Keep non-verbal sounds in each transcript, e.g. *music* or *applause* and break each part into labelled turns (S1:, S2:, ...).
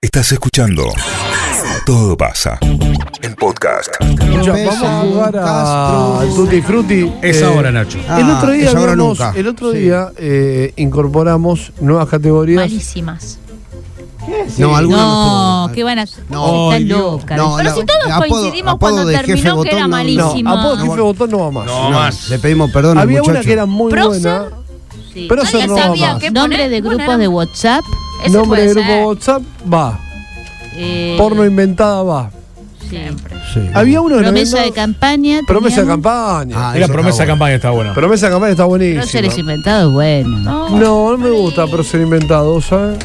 S1: Estás escuchando Todo pasa. El podcast.
S2: Escuchá,
S3: beso,
S2: vamos a jugar
S3: Castro.
S2: a- al Tutti Frutti.
S4: Es
S2: Eh,
S4: ahora, Nacho.
S3: Ah,
S2: el otro día,
S3: es ahora
S2: hablamos-
S3: nunca.
S2: el otro
S3: Sí.
S2: día eh, incorporamos nuevas categorías.
S5: Malísimas.
S3: No, alguna
S5: No,
S3: no
S5: que
S3: estuvo.
S5: van a.
S3: No.
S5: Están
S4: Ay, Dios.
S5: locas.
S3: No,
S5: Pero
S3: no.
S5: si todos
S3: Apodo-
S5: coincidimos
S3: apodo
S5: cuando
S3: de jefe
S5: terminó que
S3: botón,
S5: era
S3: no, no.
S2: No,
S5: malísima.
S2: apodo jefe botón no va más.
S4: No, más.
S3: Le pedimos perdón al
S2: Había
S3: muchacho.
S2: una que era muy
S5: Prócer.
S2: buena.
S5: Sí.
S2: Pero eso
S5: Nadie
S2: no va
S5: sabía
S2: más.
S5: qué Nombre de grupos de WhatsApp.
S6: Eso
S2: Nombre
S6: puede
S2: de grupo
S6: ser.
S2: WhatsApp va.
S5: eh,
S2: Porno inventada va.
S5: sí.
S3: Sí.
S2: Había uno de
S5: Promesa de campaña.
S2: Promesa de
S5: teníamos.
S2: campaña.
S3: Ah,
S4: Era
S3: eso está
S4: promesa de
S3: bueno.
S4: campaña, está buena.
S2: Promesa de campaña está
S5: Próceres
S2: buenísima.
S5: inventados, bueno.
S2: No, no me gusta ser inventado, ¿sabes?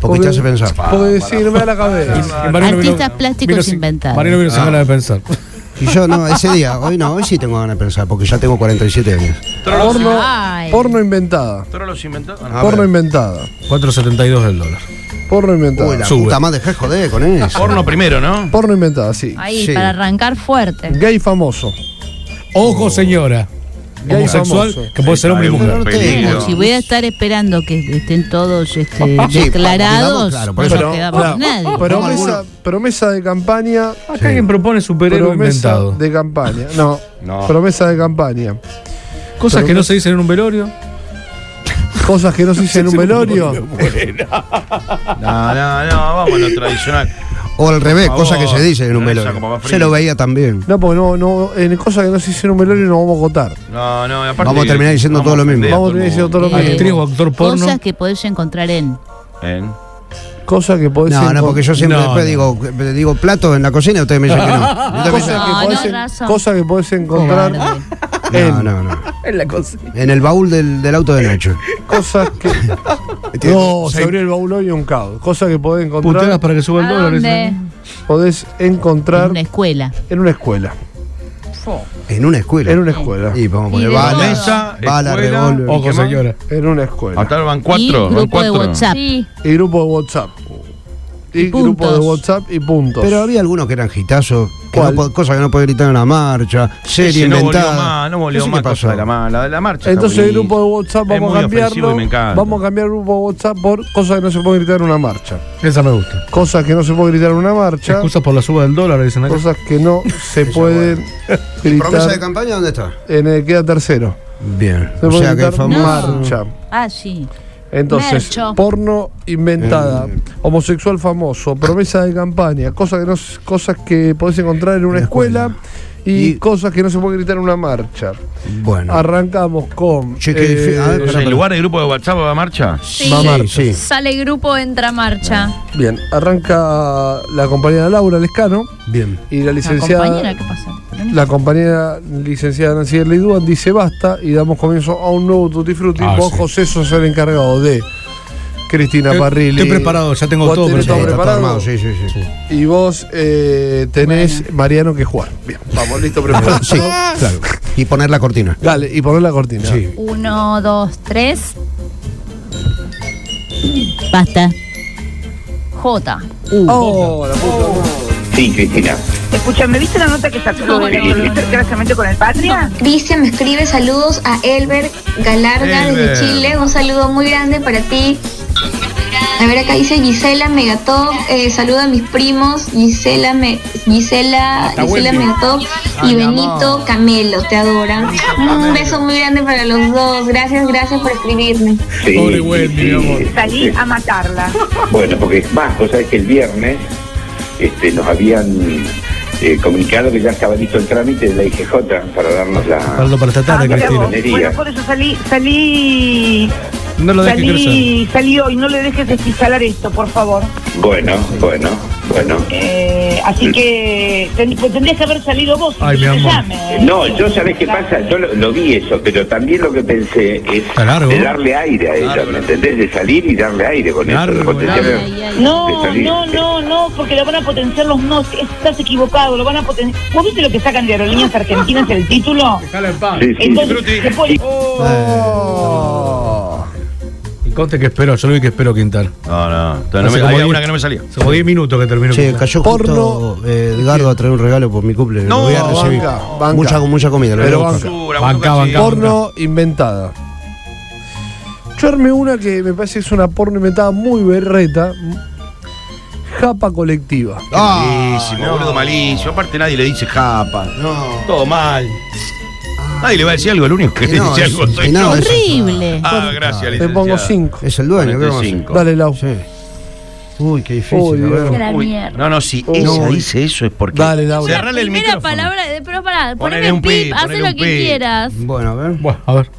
S3: Porque te hace pensar.
S4: Ah,
S2: Porque decir, no me da la cabeza.
S4: Y Mariano vino-
S5: Artistas plásticos
S4: vino sin-
S5: inventados.
S4: Mariano vino sin
S3: Ah.
S4: ganas de pensar.
S3: Y yo no, ese día, hoy no, hoy sí tengo ganas de pensar, porque ya tengo 47 años.
S5: Porno.
S2: Porno inventada.
S6: los inventó?
S3: A
S2: Porno
S3: ver.
S2: inventada.
S4: 4.72 del dólar.
S2: Porno
S3: Uy, la
S2: inventada.
S4: Sube.
S3: puta más dejá de joder con eso.
S6: Porno primero, ¿no?
S2: Porno inventada, sí.
S5: Ahí,
S3: Sí.
S5: para arrancar fuerte.
S2: Gay famoso.
S4: Ojo, señora.
S2: Gay
S4: Homosexual,
S2: famoso.
S4: que puede ser hombre y
S3: Pero
S4: mujer.
S3: no
S6: Peligro.
S3: tengo.
S5: Bueno, si voy a estar esperando que estén todos este,
S3: Sí,
S5: declarados,
S3: digamos, claro, por
S5: no
S3: eso.
S5: nos quedamos
S2: Pero-
S5: nadie.
S2: Promesa, promesa de campaña.
S4: Acá alguien propone superhéroe
S2: Promesa
S4: inventado.
S2: de campaña. No,
S6: No.
S2: promesa de campaña.
S4: Cosas que
S2: promesa-
S4: no se dicen en un velorio.
S2: Cosas que no se dicen en
S3: *laughs*
S2: un velorio.
S6: No, no, no, vamos a lo tradicional.
S3: O al revés,
S6: Por
S3: cosa
S6: favor.
S3: que se dice en un
S6: Esa como
S3: velorio.
S6: más
S3: Se lo
S6: fría.
S3: veía también.
S2: No, porque no, no, en cosas que no se hicieron en un velorio no vamos a votar.
S6: No, no, y aparte.
S3: Vamos a terminar diciendo todo lo mismo.
S6: ofender a
S2: Vamos a terminar diciendo todo lo
S5: Eh,
S2: mismo.
S4: Actriz o actor porno.
S5: Cosas que podés encontrar en.
S6: ¿En?
S2: Cosas que podés
S3: No, no,
S2: encon-
S3: porque yo siempre
S4: No,
S3: después
S4: no.
S3: digo, eh, digo platos en la cocina y ustedes me dicen que *laughs* no. Ustedes me dicen-
S2: *laughs* Cosas que,
S5: No,
S2: podés
S5: no,
S2: en-
S5: razón.
S2: cosas que podés encontrar.
S5: Cobarde.
S2: en-
S3: No, no, no. En la cocina. En el baúl del, del auto de Nacho.
S2: Cosas
S3: *laughs*
S2: que. No, se abrió el baúl hoy y un caos. Cosas que podés
S4: Puteadas
S2: encontrar.
S4: para que suba el
S5: ¿A
S4: dólar.
S5: dónde?
S4: ese.
S2: Podés
S5: En
S2: encontrar
S5: una escuela.
S2: en una escuela.
S3: En una escuela.
S2: En una escuela.
S3: Y vamos a
S5: Y
S3: poner
S5: de
S3: balas,
S6: Mesa,
S3: balas,
S6: escuela,
S3: revólver.
S4: Ojo, señora.
S2: En una escuela.
S6: Hasta van
S5: y
S6: cuatro. van
S5: grupo
S6: cuatro.
S5: de WhatsApp.
S2: Y grupo de WhatsApp. Y,
S5: Y
S2: grupo de
S5: puntos.
S2: WhatsApp y puntos.
S3: Pero había algunos que eran gitazos, que
S2: ¿Cuál?
S3: no po- cosas que no podés gritar en una marcha,
S6: Ese
S3: serie
S6: no
S3: inventada.
S6: volvió más, no volvió
S3: sé
S6: más
S3: qué pasó.
S6: cosa de la, ma- la de la marcha.
S2: Entonces el
S6: está
S2: grupo de WhatsApp
S6: Es
S2: vamos a
S6: muy ofensivo
S2: cambiarlo.
S6: y me encanta.
S2: Vamos a cambiar el grupo de WhatsApp por cosas que no se pueden gritar en una marcha.
S4: Esa me gusta.
S2: Cosas que no se pueden gritar en una marcha.
S4: Excusas por la suba del dólar, dicen acá.
S2: Cosas que no se
S6: *laughs*
S2: pueden
S3: ¿Promesa de
S2: gritar
S3: campaña dónde está?
S2: en el queda tercero.
S3: Bien.
S2: Se
S3: o
S2: puede
S3: sea que
S2: gritar
S3: es famoso.
S2: marcha.
S5: Ah, sí.
S2: Entonces,
S5: Mercho.
S2: porno inventada, homosexual famoso, promesa de campaña, cosas que no, s- cosas que podés encontrar en una
S3: En la escuela.
S2: escuela y,
S3: Y-
S2: cosas que no se pueden gritar en una marcha.
S3: Bueno.
S2: Arrancamos con eh,
S3: Che, qué difícil. A ver,
S6: O sea, en lugar de grupo de WhatsApp va a marcha. Sí. Ah.
S3: Sí,
S2: Mamarchos.
S3: sí.
S6: Sale grupo, entra marcha.
S2: Bien, arranca la compañera Laura Lescano
S3: Bien.
S2: y la
S5: La
S2: licenciada.
S5: compañera, ¿qué pasa?
S2: La compañera licenciada Nancy Leidúan dice basta y damos comienzo a un nuevo Tutti Frutti.
S4: Ah,
S2: Vos,
S4: sí.
S2: José, sos el encargado de Cristina
S4: Estoy-
S2: Parrilli.
S4: estoy preparado, ya tengo
S2: Vos
S4: todo
S2: tenés
S4: preparado.
S3: está todo
S2: preparado.
S3: armado, sí, sí, sí.
S2: Y vos eh, tenés Mariano que jugar. Bien, vamos, listo, preparado.
S3: Ah, Sí, claro. Y poner la cortina.
S2: Dale, y poner la cortina.
S3: Sí.
S6: Uno, dos, tres.
S5: Basta.
S6: J.
S2: Oh, la puta.
S7: Sí, Cristina.
S8: Escúchame, ¿viste la nota que sacó sobre el desgraciadamente con el Patria?
S9: Cristian me escribe saludos a Elber Galarga
S6: Elber.
S9: desde Chile. Un saludo muy grande para ti. A ver, acá dice Gisela Megatop. Eh, saluda a mis primos Gisela, Me- Gisela, Gisela Megatop y Benito Camelo. Te adoran. Un beso muy grande para los dos. Gracias, gracias por escribirme.
S7: Sí,
S4: Pobre Wendy, mi amor.
S8: Salí a matarla.
S7: Bueno, porque es más, vos sabés que el viernes este, nos habían eh, comunicado que ya estaba listo el trámite de la IGJ para darnos la...
S4: Saldo para esta tarde,
S8: Ah, mirá
S4: Cristina.
S8: vos. Bueno, por eso salí, salí,
S4: No lo dejes crecer.
S8: salí, salí hoy. No le dejes esquizalar esto, por favor.
S7: Bueno, bueno, bueno. Mm.
S8: Eh, así que ten- pues tendrías que haber salido vos.
S4: Ay,
S8: que
S4: mi
S8: te
S4: amor.
S8: llame.
S7: No, yo sabés qué pasa, yo lo, lo vi eso, pero también lo que pensé es
S4: Está largo.
S7: de darle aire a ella,
S6: Largo,
S7: ¿me
S6: largo.
S7: entendés? De salir y darle aire con eso.
S4: Largo,
S7: de potenciar-
S4: largo.
S5: Ay, ay,
S7: de
S8: No,
S7: salir.
S8: no, no, no, porque lo van a potenciar los no. Estás equivocado, lo van a potenciar. ¿Vos viste lo que sacan de Aerolíneas Argentinas el título?
S4: Dejala en paz.
S7: Sí, sí,
S8: Entonces, se pone-
S2: Ah.
S4: Y conste que espero, yo lo vi que espero Quintal.
S6: No, no. entonces no
S4: Hace
S6: me,
S4: como
S6: había
S4: diez-
S6: una que no me salía.
S4: Hace Como 10 minutos que terminó.
S3: Che,
S4: Quintal.
S3: cayó
S2: Porno.
S3: justo eh, Edgardo a traer un regalo por mi cumple.
S6: No,
S3: lo voy a recibir.
S2: banca, banca.
S3: Mucha, mucha comida. lo voy a
S2: Pero
S3: buscar.
S2: banca.
S6: Basura,
S4: Banca,
S6: basura,
S4: banca.
S6: sí.
S2: Porno inventada. Yo armé una que me parece que es una porno inventada muy berreta. japa colectiva.
S3: Ah,
S6: Malísimo, boludo, malísimo. Aparte nadie le dice japa.
S3: No.
S6: Todo mal. Nadie le va a decir algo, el único que
S3: Y
S6: le
S3: no,
S6: dice
S3: es-
S6: algo soy
S3: y no,
S6: yo.
S3: es-
S5: Horrible.
S6: Ah, gracias,
S2: Te pongo cinco.
S3: Es el dueño, ¿qué vamos a hacer?
S6: 45.
S2: Dale, Lau.
S3: Sí. Uy, qué difícil.
S2: Uy,
S3: a ver.
S2: Dios.
S5: La
S6: Uy,
S5: mierda.
S6: no, no, si
S2: Uy.
S6: ella dice eso es porque.
S2: Dale, Laura.
S5: La
S6: Cerrale el
S5: primera
S6: micrófono.
S5: palabra, de- pero pará,
S6: Ponele
S5: poneme
S6: un
S5: un
S6: pi,
S5: pip, haz
S6: ponele
S5: lo
S6: un
S5: que
S6: pi.
S5: quieras.
S3: Bueno, a ver.
S4: Bueno, a ver.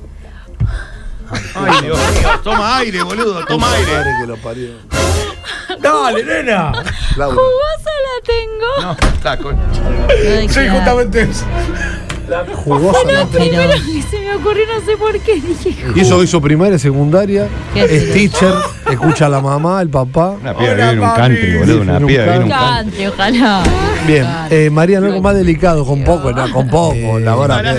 S6: Ay, Dios mío, toma aire, boludo, toma aire.
S2: Madre que lo parió.
S4: ¡Dale, nena!
S2: Laura.
S5: Jugosa la tengo.
S6: No, *laughs* está con.
S5: Ay,
S4: Sí,
S5: claro.
S4: justamente eso.
S2: Jugosa la
S5: Lo primero que *laughs* se me ocurrió, no sé por qué, dije.
S2: Y eso hizo primaria, secundaria,
S5: ¿Qué
S2: es
S5: haces?
S2: teacher, escucha a la mamá, el papá.
S6: Una
S4: piedra Hola, viene un country, papi.
S2: boludo, una piedra viene un
S5: Country, ojalá.
S2: Bien, eh, Mariano, algo más delicado, con poco, no, con poco, la verdad.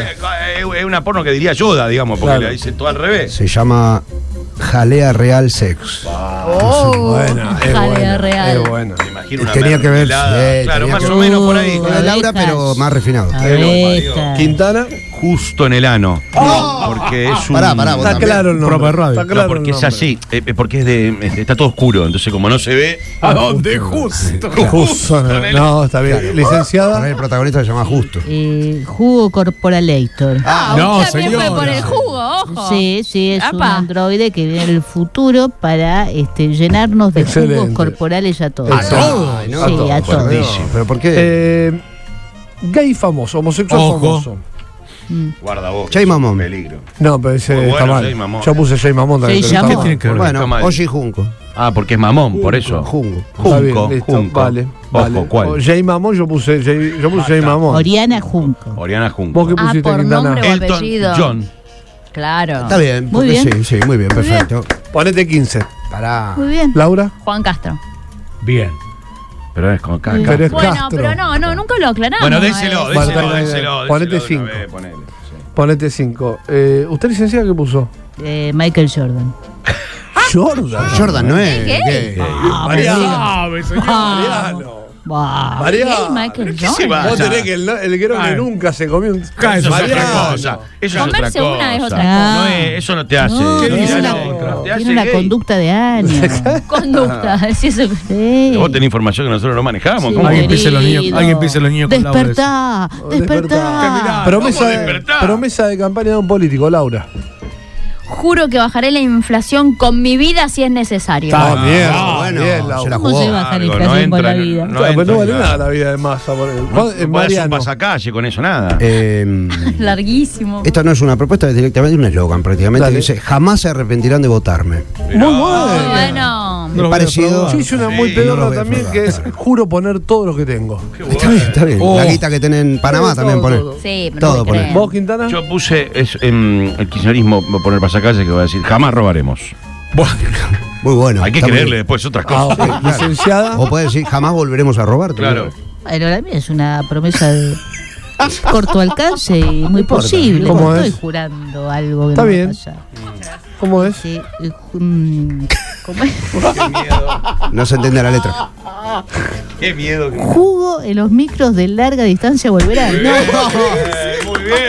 S6: Es una porno que diría Yoda, digamos, porque
S2: Claro.
S6: la dice todo al revés.
S3: Se llama Jalea Real Sex.
S5: Oh,
S2: Buena, es
S5: jalea
S2: buena,
S5: real.
S2: es buena.
S6: Me imagino una
S3: Tenía que ver,
S6: mermelada.
S3: sí,
S6: claro,
S3: tenía
S6: más
S3: que
S6: o
S3: ver.
S6: menos por ahí.
S3: Con la Laura, pero más refinado.
S5: Ah. Abejas.
S2: Quintana,
S6: Justo en el ano. Porque es un.
S3: Pará, pará, vos
S2: está
S3: también.
S2: claro el nombre.
S4: Proper radio.
S2: Está
S6: No,
S2: claro el
S6: porque es
S2: nombre.
S6: así, eh, eh, porque es de, es de- está todo oscuro, entonces como no se ve,
S4: ¿A dónde justo?
S2: Justo, no, no, está bien.
S3: Por ahí
S2: Licenciada,
S3: El protagonista se llama Justo.
S5: Eh, jugo corporalator.
S3: Ah,
S4: No,
S10: También fue por el
S4: señor.
S10: jugo, ojo.
S5: Sí, sí, es un
S10: Apa.
S5: androide que viene del futuro para este, llenarnos de
S2: Excelente.
S5: jugos corporales a
S6: Ah,
S5: todos.
S2: Excelente.
S3: todo.
S5: Sí, a todos.
S3: Buenísimo. Pero ¿por qué?
S2: eh, gay famoso, homosexual
S4: Ojo.
S2: famoso.
S6: guarda vos.
S3: Jay Mamón.
S6: Peligro.
S2: No, pero ese
S6: Muy bueno,
S2: está
S6: Jay
S2: mal.
S6: Mamón.
S2: Yo puse Jay Mamón también.
S5: Jay
S2: pero está
S5: Mamón.
S2: mal.
S4: Tiene que ver.
S6: Está
S3: bueno,
S6: mal.
S3: Oji Junco.
S6: Ah, porque es mamón, por eso.
S3: Junco.
S2: Está bien,
S6: Junco,
S2: listo,
S6: Junco.
S2: Vale, vale.
S6: Ojo, ¿cuál?
S2: O Jay Mamón, yo puse Jay, yo puse Jay Mamón.
S5: Oriana Junco.
S6: Oriana
S2: ¿Vos
S6: Junco.
S2: qué
S10: Ah,
S2: pusiste,
S10: por
S2: Quintana?
S10: nombre.
S6: Elton
S10: apellido.
S6: John.
S10: Claro.
S3: Está bien,
S5: Muy
S3: porque sí,
S5: bien.
S3: sí, muy bien, perfecto.
S2: Ponete 15.
S3: Pará.
S5: Muy bien.
S2: Laura,
S10: Juan Castro.
S4: Bien.
S6: Pero es con caca.
S2: pero es
S10: Bueno,
S2: Castro.
S10: pero no, no, nunca lo aclaramos.
S6: Bueno, déselo,
S10: eh.
S2: Bueno,
S6: déselo,
S2: dale, dale.
S6: déselo.
S2: Ponete
S6: déselo de una
S2: cinco.
S6: vez, ponele, sí.
S2: Ponete 5. Eh, ¿Usted licenciada qué puso?
S5: Eh, Michael Jordan. Ah.
S2: Jordan.
S3: Jordan no es. Ah, gay.
S2: Mariano.
S5: Wow.
S10: Gay
S2: Mariano.
S10: Ah. Michael
S6: ¿Qué se
S10: Jordan.
S6: va?
S2: Vos tenés que el, el creo que
S4: Ay.
S2: nunca se comió un.
S4: Ah, eso es otra
S2: Mariano. Ah,
S6: cosa. Eso es
S10: Comerse
S6: otra
S10: una es
S6: cosa.
S10: otra
S5: cosa.
S6: No es- eso no te hace.
S5: No,
S6: no te
S5: tiene
S6: hace
S5: una-
S6: gay. Te hace
S5: Tiene una
S6: gay.
S5: conducta de años.
S2: *laughs*
S10: Conducta.
S5: Es eso que sí.
S6: Vos tenés información que nosotros no manejamos.
S5: Sí,
S6: ¿Cómo?
S4: Alguien
S5: querido.
S4: pise los niños- alguien pise los niños con Laura
S5: Despertá, despertá.
S2: Promesa
S6: Vamos a
S2: de,
S6: despertar.
S2: promesa de campaña de un político, Laura.
S10: Juro que bajaré la inflación con mi vida si es necesario.
S2: Ah, bien,
S3: bueno,
S2: bien, Laura.
S3: se la
S5: ¿Cómo
S3: jugó.
S5: se baja la
S6: Algo, no
S5: inflación con
S6: entra
S5: la
S6: en-
S5: vida?
S6: no
S2: Claro, pero no
S6: entra
S2: vale
S6: en
S2: nada
S6: la-
S2: la vida de masa. por el-
S6: No,
S2: eh,
S6: no podés hacer un
S2: Mariano.
S6: pasacalle con eso, nada.
S3: Eh,
S10: *laughs* Larguísimo.
S3: esta no es una propuesta, es directamente un eslogan prácticamente.
S2: Dale.
S3: Dice, jamás se arrepentirán de votarme.
S2: Muy bueno.
S10: Oh, Bueno.
S4: No lo voy a
S3: parecido.
S4: probar.
S2: Yo hice una muy
S6: Sí,
S2: pedorra
S3: no lo voy a
S2: también
S3: probar.
S2: que es juro poner todo lo que tengo.
S3: Está bien, está bien. La
S4: Oh.
S3: guita que tienen en Panamá
S2: Todo,
S3: también
S2: todo,
S3: pone.
S2: todo.
S10: Sí, pero
S3: Todo
S10: no te
S3: poné.
S10: creen.
S2: ¿Vos, Quintana?
S6: Yo puse es, em, el kirchnerismo, voy a poner pasacalle que va a decir, jamás robaremos.
S3: Muy bueno.
S6: Hay que
S3: está muy
S6: creerle
S3: bien.
S6: después otras
S2: Ah,
S6: cosas.
S2: ok. Licenciada.
S3: O puede decir, jamás volveremos a robar.
S6: Claro.
S5: Bueno, la mía es una promesa *laughs* de corto alcance y muy posible.
S2: ¿Cómo
S5: No
S2: es?
S5: estoy jurando algo que
S2: Está
S5: no va a
S2: bien.
S5: pasar.
S2: ¿Cómo es?
S5: Sí, eh, ju- mm, ¿Cómo es?
S3: No se entiende la letra.
S6: Qué miedo.
S5: *laughs* Jugo en los micros de larga distancia volverá. No.
S6: Muy bien.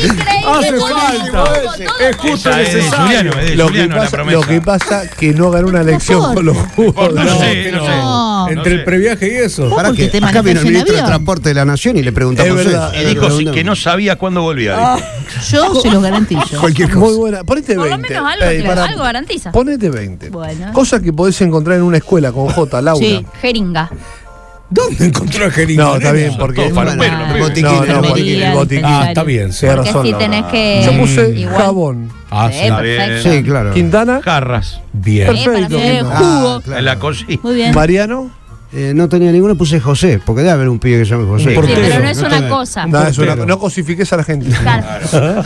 S10: Increíble. buenísimo, todo
S5: Eh,
S4: Es justo
S6: Esa es de
S4: necesario.
S6: Eh, Juliano, es de
S2: Lo que,
S6: Juliano la
S2: pasa, lo
S6: promesa.
S2: que pasa que no ganó una elección con los jugos.
S6: No,
S2: No,
S6: sé, no sé.
S5: no.
S6: No
S4: Entre
S6: sé.
S4: el previaje y eso.
S3: Pará
S5: porque
S3: que
S5: te
S3: acá vino el
S5: manejas en
S3: ministro de
S5: avión.
S3: Transporte de la Nación y le preguntamos
S2: Es verdad.
S3: eso.
S6: Y
S3: Le
S6: dijo sí,
S3: preguntamos.
S6: que no sabía cuándo volvía. dijo.
S10: *laughs*
S5: Yo se los garantizo.
S3: Cualquier cosa.
S2: Muy buena. Ponete
S10: Por lo
S2: 20.
S10: menos algo,
S2: Ey,
S10: que-
S2: pará.
S10: algo garantiza.
S2: Ponete 20.
S5: Bueno.
S2: Cosas que podés encontrar en una escuela con J, Laura.
S5: Sí.
S10: Jeringa.
S4: ¿Dónde encontró a Jeringa?
S2: No, está bien, porque.
S6: Todo farolero,
S2: No,
S6: lo primero.
S3: Botiquín,
S2: no,
S3: el
S2: botiquín, el
S5: botiquín.
S2: botiquín.
S4: Ah, está bien. sí.
S2: Tenés
S10: Que
S2: razón,
S10: si
S2: Laura.
S10: tenés que.
S2: Yo puse
S10: Igual.
S2: jabón.
S4: Ah,
S10: Sí,
S4: sí.
S10: perfecto.
S3: Sí, claro.
S2: Quintana,
S6: Jarras.
S4: Bien.
S10: Eh, para mí
S2: Perfecto.
S10: es jugo.
S3: Ah, claro.
S6: En la cocina.
S5: Muy bien.
S2: Mariano.
S3: Eh, no tenía ninguno, puse José, porque debe haber un pibe que se llame José.
S4: Sí,
S10: Sí,
S4: portero.
S10: pero no es
S4: No
S10: una
S4: tenés.
S10: cosa.
S2: No, es una-
S4: portero.
S2: no cosifiques a la gente.
S10: Ah. Claro.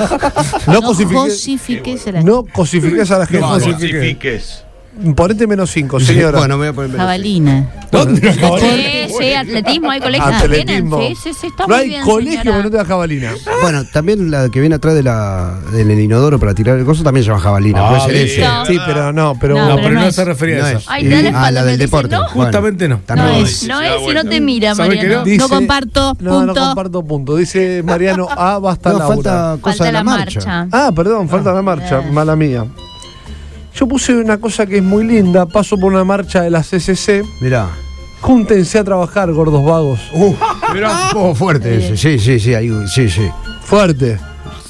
S2: No
S5: No
S2: cosifiques.
S5: cosifiques a la
S2: No cosifiques a la gente.
S4: No, sí.
S6: Crucifiques.
S2: Ponete menos 5, señora.
S3: Bueno, me voy a poner.
S5: jabalina.
S4: ¿Dónde la
S10: Sí, sí, atletismo, hay colegios que tienen.
S2: Ah, Atletismo.
S10: Sí, sí, sí, está
S2: no
S10: muy
S2: hay
S10: bien,
S2: colegio
S10: señora.
S2: que no tenga jabalina.
S3: Bueno, también la que viene atrás de la, del inodoro para tirar el coso también se llama jabalina.
S4: Ah,
S3: puede ser
S4: bien.
S3: ese.
S10: No.
S2: Sí, pero no, pero.
S5: No,
S4: No,
S5: pero
S4: pero
S5: no
S4: no
S5: es.
S4: se refería
S3: No
S4: a
S3: es.
S4: eso.
S10: Ay, dale
S3: ah,
S10: espalda,
S3: la
S10: me
S3: del
S10: dice,
S3: deporte.
S10: no.
S4: Justamente no.
S10: No
S3: También.
S10: es, no es, si no te mira,
S4: ¿Sabe que
S10: Mariano.
S4: no?
S2: Dice-
S5: comparto,
S2: No, no
S5: punto.
S2: comparto, punto. Dice Mariano A, basta
S3: No,
S2: Laura.
S3: falta cosa
S10: Falta
S3: de la,
S10: la
S3: marcha.
S10: marcha.
S2: Ah, perdón, falta la marcha, mala mía. Yo puse una cosa que es muy linda, paso por una marcha de la CCC.
S3: Mirá.
S2: Júntense a trabajar, gordos vagos.
S3: Uh, mirá, un poco fuerte ese. Sí, sí, sí, ahí, sí, sí.
S2: Fuerte.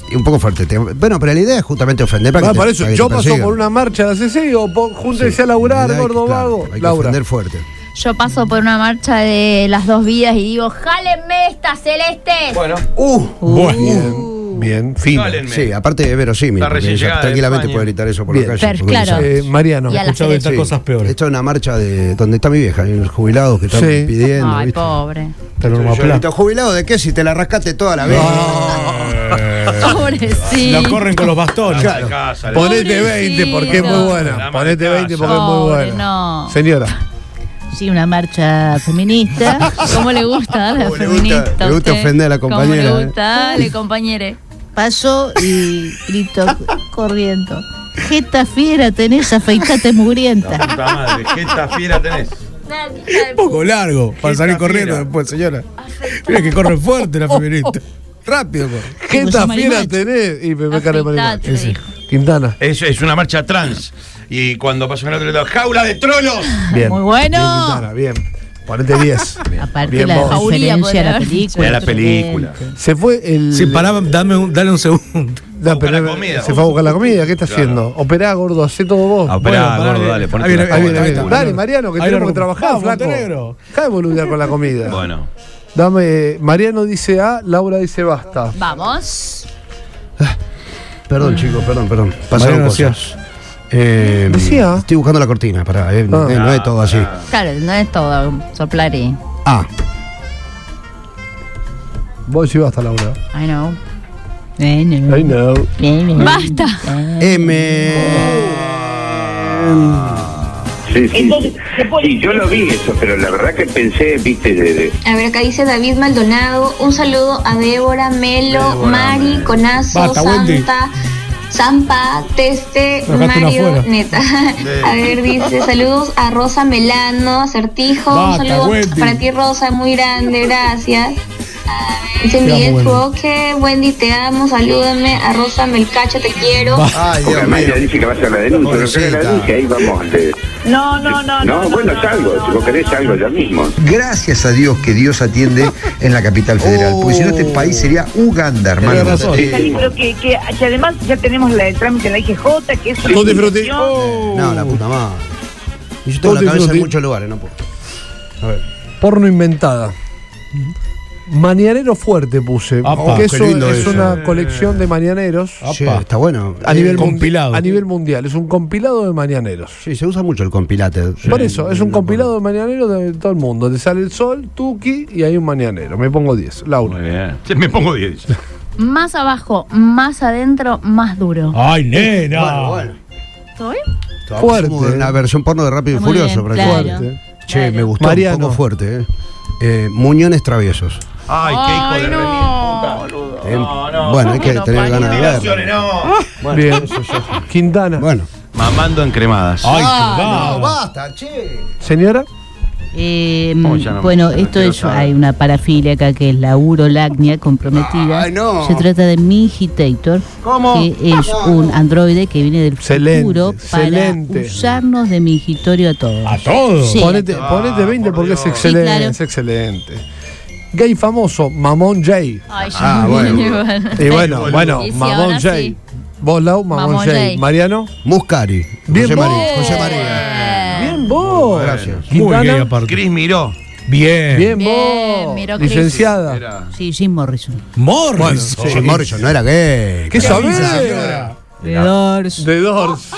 S3: Y un poco fuerte. Te- Bueno, pero la idea es justamente ofender para
S2: Ah,
S3: que te-
S2: por eso,
S3: para que
S2: yo
S3: te
S2: paso
S3: persigan.
S2: por una marcha de la CCC y digo, po- júntense
S3: Sí.
S2: a laburar,
S3: La idea es que,
S2: gordo
S3: claro,
S2: vago.
S3: Hay que
S2: Laura.
S3: ofender fuerte.
S10: Yo paso por una marcha de las dos vidas y digo, jálenme esta celeste.
S11: Bueno,
S2: Uh,
S4: Bueno.
S2: bien, bien, fin.
S11: cálenme.
S3: Sí, aparte es verosímil.
S11: Está
S3: porque
S11: recién
S3: ella
S11: llegada de
S3: tranquilamente
S11: España.
S3: puede gritar eso por
S2: Bien.
S3: la calle.
S10: Pero,
S3: porque
S10: claro.
S3: esa-
S2: Eh, Mariano.
S10: Y a
S4: He
S10: la
S4: escuchado estas
S10: selección.
S4: cosas peores.
S3: Esto es una marcha de donde está mi vieja, hay unos jubilados que están
S2: Sí.
S3: pidiendo.
S5: Ay,
S3: ¿viste?
S5: pobre.
S4: Está en
S3: Yo
S4: Norma Pla.
S3: grito, ¿Jubilado de qué? Si te la rascaste toda la vida.
S5: *laughs*
S10: Pobrecito.
S4: La corren con los bastones.
S3: Claro.
S11: Casa, la-
S2: Ponete 20 porque es muy
S5: Pobrecito.
S2: buena.
S11: La
S2: Ponete
S11: marcha.
S2: 20 porque es muy
S5: Pobre,
S2: buena.
S5: no.
S2: Señora,
S5: Sí, una marcha feminista. ¿Cómo le gusta a la
S3: Cómo le gusta-
S5: feminista? a
S3: le gusta
S5: usted.
S3: ofender a la
S10: ¿Cómo
S3: compañera,
S10: le
S3: eh.
S10: gusta? Dale, compañere.
S5: Paso y *laughs* grito corriendo. Jeta fiera tenés, afeitate mugrienta.
S11: Puta madre, ¿qué esta fiera tenés?
S4: Un poco largo para salir corriendo
S11: fiera.
S4: después, señora. Mira que corre
S2: *laughs*
S4: fuerte
S2: Oh.
S4: la feminista. Rápido, corre.
S2: ¿Genta
S5: yo marimacho.
S2: fiera tenés? Y me cara de marimacho.
S10: Afeitate,
S2: Ese.
S10: dijo.
S2: Quintana.
S6: Es, es una marcha trans. Y cuando pasó en el otro lado, ¡jaula de trolos!
S2: Bien.
S5: Muy bueno.
S2: Bien, Quintana, bien. Ponete 10.
S5: Aparte
S2: Bien,
S5: la
S2: vos.
S10: Jauría
S5: diferencia de
S10: podría
S5: la
S10: haber.
S5: película.
S6: De la película.
S5: excelente.
S2: Se fue el.
S4: Si paraba, dame un, dale un segundo.
S2: No,
S6: A buscar
S2: pero
S6: la comida.
S2: Se fue a buscar la comida. ¿Qué está haciendo? Operá, gordo, hacé todo vos.
S6: Ah, Operá,
S4: Bueno,
S6: gordo, dale, ponete
S4: ahí viene,
S6: la
S4: ahí
S6: cola,
S4: viene, ahí
S6: dale,
S4: viene.
S2: Dale, Mariano, que
S4: Ahí
S2: tenemos
S4: lo
S2: que trabajar,
S4: Vamos,
S2: flaco.
S4: Montenegro.
S2: Dejá de boludear con la
S4: *laughs*
S2: comida.
S6: Bueno,
S2: Dame, Mariano dice A, Laura dice basta.
S10: Vamos.
S3: Perdón, chicos, perdón, perdón. Pasaron
S4: Mariano decía-
S3: cosas. Eh,
S2: Decía.
S3: Estoy buscando la cortina, pará, eh, no,
S2: Ah.
S3: eh, no es todo así.
S5: Claro, no es todo soplar y.
S3: Ah,
S2: Vos decís basta, Laura.
S5: I know. I know.
S2: I know.
S5: I know.
S10: Basta.
S3: M.
S7: Sí, sí.
S8: Entonces, se pone-
S7: Sí, yo lo vi eso, pero la verdad que pensé, viste, de, de-
S9: A ver, acá dice David Maldonado. Un saludo a Débora, Melo,
S6: Débora,
S9: Mari,
S6: Melo.
S9: Conazo,
S4: Basta, Wendy.
S9: Santa, Sampa, Teste,
S4: Dejaste una
S9: Mario,
S4: afuera.
S9: neta. A ver, dice saludos a Rosa Melano, Acertijo. Un
S4: Basta,
S9: saludo
S4: Wendy.
S9: para ti, Rosa, muy grande, gracias. Dice
S4: Te amo,
S9: Miguel
S4: Wendy.
S9: Chuoque, Wendy, te amo, salúdame. A Rosa Melcacho, te quiero.
S3: Ay,
S7: Porque
S3: Dios mío.
S7: Amaya dice que va a hacer la denuncia, no hacer la
S3: Pobrecita.
S7: denuncia, ahí vamos. eh.
S8: No, no, no.
S7: No, bueno, salgo, si vos querés salgo ya mismo.
S12: Gracias a Dios que Dios atiende en la capital federal, porque si no
S2: Oh.
S12: este país sería Uganda, hermano.
S4: Tenés razón.
S8: Cali, pero que, que, que además ya tenemos la, el trámite en la IGJ, que es una
S2: No disfruté.
S8: inversión.
S3: No, la puta madre. Y yo tengo
S2: Vos
S3: la cabeza
S2: disfrutí.
S3: en muchos lugares, no puedo. A ver.
S2: Porno inventada. Mañanero fuerte puse.
S4: Apa,
S2: porque
S4: qué
S2: eso
S4: lindo
S2: es
S4: eso.
S2: una colección de mañaneros
S3: Che,
S4: Apa.
S3: está bueno. Eh,
S2: a nivel, mundi-
S4: eh, compilado.
S2: a nivel mundial. Es un compilado de mañaneros.
S3: Sí, se usa mucho el compilate.
S2: Por eso, es un compilado de mañaneros de todo el mundo. Te sale el sol, Tuki y hay un mañanero. Me pongo 10. Laura.
S6: muy bien. Sí, Me pongo 10.
S10: Más abajo, más adentro, más duro.
S4: Ay, nena.
S3: Bueno, bueno.
S10: ¿Estoy?
S2: Fuerte.
S3: Como en la versión porno de Rápido y
S5: Muy bien,
S3: Furioso,
S5: claro.
S3: prácticamente.
S2: Fuerte.
S3: Che, me gustó
S2: Mariano.
S3: un poco fuerte, eh. Eh, Muñones traviesos.
S6: Ay, qué hijo de remil, puta, boludo.
S3: Eh,
S6: No, no.
S3: bueno, hay que
S5: no,
S3: tener
S5: parió.
S3: ganas de
S6: Tiraciones,
S3: ver.
S6: no.
S2: Bien. Quintana.
S3: Bueno.
S6: Mamando en cremadas.
S4: Ay,
S3: Ah,
S4: qué
S3: no,
S4: va.
S3: basta, che.
S2: Señora.
S5: Eh,
S6: Oh, ya no-
S5: bueno,
S6: ya no
S5: esto
S6: quiero
S5: es.
S6: saber.
S5: Hay una parafilia acá que es la urolacnia comprometida.
S3: Ay, no.
S5: Se trata de Mingitator, que es
S6: Ah,
S5: un androide que viene del
S2: Excelente,
S5: futuro para
S2: excelente.
S5: usarnos de mingitorio a todos.
S4: A todos.
S5: Sí.
S2: Ponete,
S6: Ah,
S2: ponete 20
S6: por
S2: porque
S6: Dios.
S2: es excelente.
S5: Sí, claro.
S2: Es excelente. Gay famoso, Mamón Jay.
S10: Ay, ya
S3: Ah,
S10: me
S3: bueno.
S10: llevan.
S2: Y bueno, bueno,
S10: Y si
S2: Mamón
S10: ahora
S2: Jay.
S10: sí.
S2: Vos, Lau, Mamón,
S10: Mamón
S2: Jay.
S10: Jay.
S2: Mariano.
S3: Muscari.
S2: Bien
S3: José
S2: vos.
S3: María. José María.
S2: Bien vos.
S3: Gracias.
S4: Muy
S2: Quintana.
S4: gay aparte.
S6: Cris miró.
S4: Bien.
S2: Bien,
S10: Bien,
S2: vos.
S10: miró Cris.
S2: Licenciada.
S6: Era-
S5: Sí, Jim Morrison.
S4: Morris.
S3: Jim Morrison no era gay.
S2: ¿Qué sabés?
S5: The Doors.
S2: De Dors.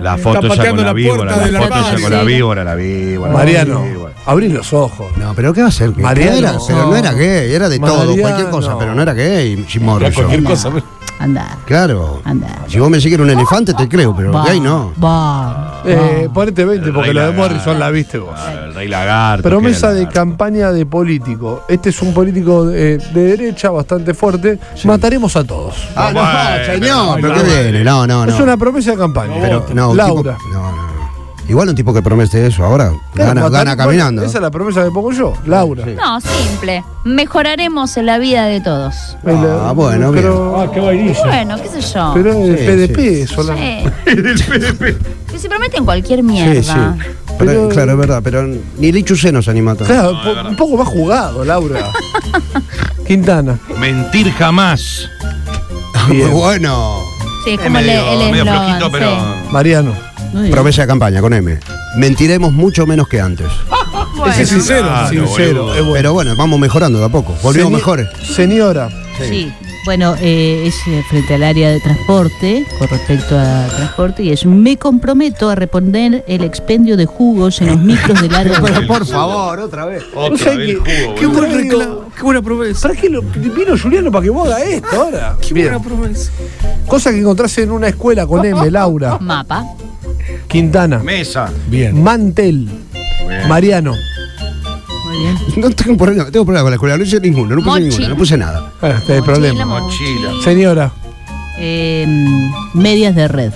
S6: La foto
S4: Está
S6: esa
S4: pateando
S6: con la
S4: la
S6: víbora,
S4: puerta
S6: la
S4: de la
S6: foto esa
S4: radio.
S6: con la víbora, la víbora. la
S2: Mariano,
S6: víbora.
S2: abrí los ojos.
S3: No, pero ¿qué va a ser?
S2: Mariano.
S3: Era, pero no era gay, era de todo,
S2: Mariano.
S3: cualquier cosa, pero no era gay, Jim
S4: Era cualquier
S3: Morrison.
S4: cosa.
S5: Anda.
S3: Claro.
S5: Anda.
S3: Si vos me decís que era un elefante, te creo, pero
S5: Va,
S3: gay no.
S5: Va.
S2: Eh, ponete 20
S6: El
S2: porque
S6: Rey
S2: lo de
S6: Lagarto.
S2: Morrison la viste vos.
S6: Ah, el rey lagarto.
S2: Promesa
S6: que era
S2: de
S6: lagarto.
S2: campaña de político. Este es un político eh, de derecha bastante fuerte. Mataremos a todos.
S3: Ah,
S6: no, Bueno,
S3: señor,
S6: pero
S3: pero qué
S6: no.
S3: viene. No, no, no.
S2: Es una promesa de campaña.
S3: Pero, no, un
S2: Laura.
S3: tipo- no, no, no. Igual un tipo que promete eso ahora
S2: Claro,
S3: gana,
S2: Mataré-
S3: gana caminando.
S2: Esa es la promesa que pongo yo, Laura.
S10: No, simple. Mejoraremos en la vida de todos.
S3: Ah, bueno, bien.
S2: Ah, qué vainilla.
S10: Bueno, qué sé yo.
S2: Pero es
S3: Sí,
S2: PDP
S3: sí.
S2: eso, la-
S10: Sí.
S6: Del PDP.
S10: Que se prometen cualquier mierda.
S3: Sí, sí. Pero, claro, es verdad, pero ni Lichuce nos anima a tanto.
S2: Claro, po- un poco más jugado, Laura. *laughs* Quintana.
S6: Mentir jamás.
S3: Muy bueno.
S10: Sí, es como el- el eslogan. sí.
S2: Mariano.
S3: Promesa de campaña con M. Mentiremos mucho menos que antes.
S10: Bueno,
S2: es sincero.
S6: Claro,
S2: sincero.
S6: boludo.
S2: es bueno.
S3: Pero bueno, vamos mejorando de a poco. Volvemos
S2: Seni-
S3: mejores.
S2: Señora.
S5: Sí. Bueno, eh, es eh, frente al área de transporte, con respecto a transporte, y es, me comprometo a reponer el expendio de jugos en los micros de largo
S3: Pero por favor, otra vez.
S2: O
S11: Otra
S2: sea
S11: vez el
S2: que-
S11: jugo,
S2: qué
S11: boludo.
S2: buen reclamo.
S4: Qué buena promesa.
S2: ¿Sabes qué? Lo- Vino Juliano para que vos hagas esto ahora.
S4: Qué
S2: Bien.
S4: buena promesa.
S2: Cosa que encontrás en una escuela con M, Laura.
S5: mapa.
S2: *laughs* Quintana.
S6: Mesa.
S4: Bien.
S2: Mantel. Mariano.
S5: Muy bien.
S3: *laughs* No tengo problema, tengo problema con la escuela, no hice ninguno, no puse
S10: Mochi.
S3: ninguno, no puse nada.
S2: Ah, Este es el
S10: Mochila,
S2: problema.
S10: mochila.
S2: Señora.
S5: Eh, medias de red.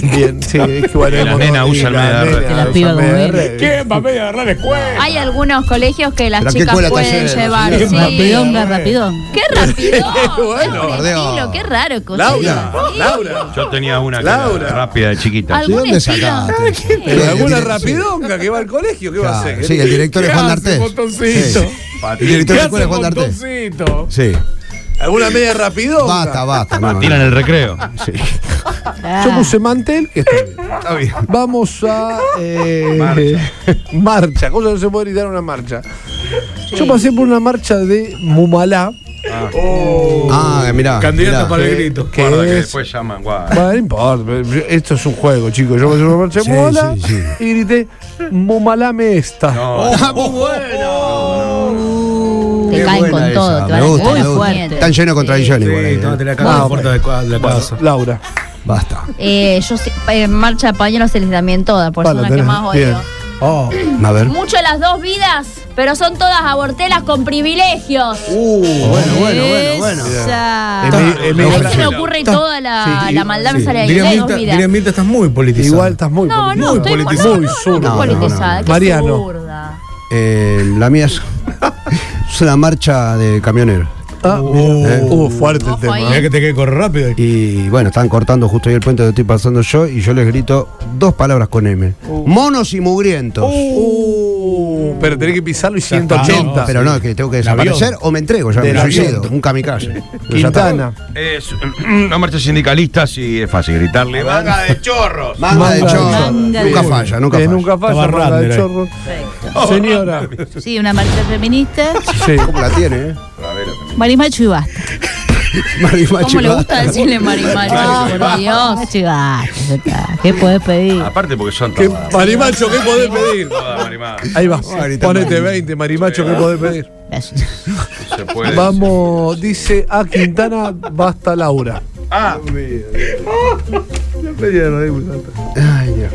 S3: *laughs*
S2: Bien, sí, es que bueno,
S6: Que la
S2: hemos-
S6: nena usa el
S2: la
S6: medio
S2: nena
S6: de red.
S5: Que la
S2: usa
S5: piba
S2: el
S5: como
S2: medio de
S5: él.
S2: red.
S4: ¿Quién va a medio agarrar la escuela?
S10: Hay algunos colegios que las
S3: ¿Pero qué
S10: chicas
S3: escuela
S10: pueden
S3: taller?
S10: llevar.
S3: Sí.
S10: sí.
S5: Rapidonga, rapidón.
S10: ¡Qué rápido!
S2: Bueno,
S10: ¡Qué
S3: por Dios.
S10: estilo! ¡Qué raro! cosa.
S2: Laura,
S10: Sí.
S2: Laura.
S6: Yo tenía una que
S2: Laura.
S6: era rápida de chiquita.
S10: Algún
S3: dónde
S10: estilo.
S3: sacaste?
S10: Sí.
S2: Pero
S3: Sí,
S2: alguna
S3: sí.
S2: rapidonga que va al colegio, ¿qué va a hacer?
S3: Claro, Sí, el director es Juan
S4: hace,
S3: D'Artés.
S4: botoncito?
S3: Sí.
S6: Patín.
S3: El director de la
S4: ¿Qué
S3: escuela
S4: hace
S3: es Juan D'Artés.
S4: botoncito?
S3: Sí.
S2: ¿Alguna media rapidonga?
S3: Basta, basta. no, no.
S6: Patín en el recreo.
S2: Yo puse mantel, que está bien.
S6: Está bien.
S2: Vamos a. eh, *laughs* marcha. cosa que no se puede gritar una marcha. Yo pasé por una marcha de Mumalá,
S3: Ah, mirá.
S4: Candidato
S3: mirá.
S4: para el grito.
S2: que
S6: Guarda que
S2: es.
S6: después llaman. guarda.
S2: Bueno, no importa, pero yo- esto es un juego, chicos. Yo pasé por una marcha de
S3: Sí,
S2: Mumalá
S3: sí, sí.
S2: y grité: Mumalá me esta.
S6: No.
S5: Te
S3: Qué
S5: caen
S3: buena
S5: con
S3: esa,
S5: todo, te
S3: Me
S5: van a
S3: gusta,
S5: caer
S3: me gusta.
S5: fuerte.
S3: Están llenos de contradicciones igual ahí,
S4: Sí,
S3: ¿eh?
S4: tómate la cara
S2: Ah,
S4: de puerta de cua- de la
S2: Bueno,
S4: casa.
S2: Laura.
S3: Basta.
S10: Eh, yo sí- eh, marcha de pañuelos se les también todas, por eso
S2: Bueno,
S10: es la que
S2: tenés-
S10: más odio.
S2: bien.
S3: Oh. A ver.
S10: Mucho las dos vidas, pero son todas abortelas con privilegios.
S3: Bueno, bueno, bueno, bueno.
S10: Esa.
S2: Emi-
S10: A
S2: Emi-
S10: mí se me
S6: Emi-
S10: ocurre y toda la, la maldad me
S4: Sí.
S10: sale ahí.
S4: Diría
S10: las
S4: Mirta,
S10: dos vidas.
S4: diría Mirta, estás muy politizada.
S2: Igual estás muy
S10: No, no,
S2: muy
S10: estoy
S2: politi-
S10: no, no,
S2: muy
S10: no,
S2: zurdo.
S10: no,
S3: no, no.
S10: politizada, qué
S2: Mariano.
S10: zurda.
S3: Eh, la mía es, *laughs* es una marcha de camioneros.
S2: Ah, mira, eh, uh, fuerte el
S10: Ojo
S2: tema.
S10: ahí.
S4: Mirá que te quede correr rápido.
S3: Y bueno, están cortando justo ahí el puente donde estoy pasando yo y yo les grito dos palabras con M. Monos y mugrientos.
S2: Uh, pero tenés que pisarlo y 180.
S3: No, pero no, que tengo que desaparecer
S4: avión.
S3: o me entrego, ya
S2: Del
S3: me
S2: avión.
S3: suicido, un kamikaze. Ya está.
S2: Quintana.
S6: Es *clears throat* una marcha sindicalista, sí, es fácil gritarle. ¡Vaga de chorros!
S3: Manga de
S2: Manga de
S3: chorro.
S5: chorro.
S3: Nunca
S2: Sí.
S3: falla, nunca
S2: Que
S3: falla.
S2: nunca falla,
S4: Estaba
S2: manga de
S4: Randler ahí.
S2: chorro. Señora.
S5: Sí, una marcha feminista.
S2: Sí.
S3: ¿Cómo la tiene, eh?
S5: Marimacho y basta.
S3: Ah,
S10: ¿Cómo le gusta decirle marimacho? Por Dios.
S5: Marimacho y basta. ya está. ¿Qué podés pedir?
S6: Aparte porque son
S2: ¿Qué,
S6: todas.
S2: marimacho, ¿qué podés pedir?
S6: Todas, Marimar.
S2: Ahí va.
S3: a gritar
S2: Ponete
S3: Marimacho.
S2: 20, marimacho, ¿qué podés pedir?
S5: Gracias.
S6: No se puede.
S2: Vamos, dice a Quintana, basta Laura.
S6: Ah,
S3: Ay, Dios.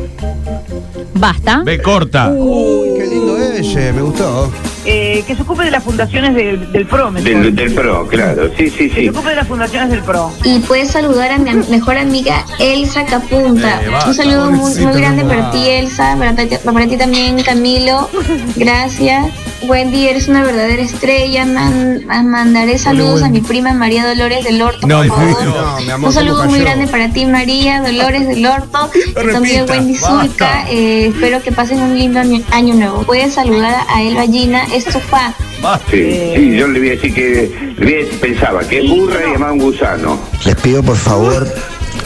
S10: Basta.
S6: ve corta.
S3: Uy, qué lindo ese, me gustó.
S8: Eh, que se ocupe de las fundaciones del, del PRO, me
S7: Del,
S8: parece.
S7: del PRO, claro. Sí, sí,
S8: Que se
S7: sí.
S8: ocupe de las fundaciones del PRO.
S9: Y puedes saludar a mi am- mejor amiga Elsa Capunta.
S6: Eh, basta,
S9: Un saludo muy,
S4: pobrecita,
S9: muy grande
S4: no.
S9: para ti, Elsa. Para ti, para ti también, Camilo. Gracias. Wendy, eres una verdadera estrella. Man- man- mandaré saludos a mi prima María Dolores del Orto.
S4: No,
S9: por
S4: no,
S9: favor.
S3: no, mi amor,
S9: Un saludo
S3: ¿cómo
S9: muy
S3: cayó?
S9: grande para ti, María Dolores del Orto. Y también
S4: repita,
S9: Wendy Zulca. Eh, espero que pasen un lindo año, año nuevo. Puedes saludar a Elba Gina, es tu fan.
S7: Sí, sí, yo le voy a decir que le voy a decir- pensaba que es burra y llamaba un gusano.
S13: Les pido por favor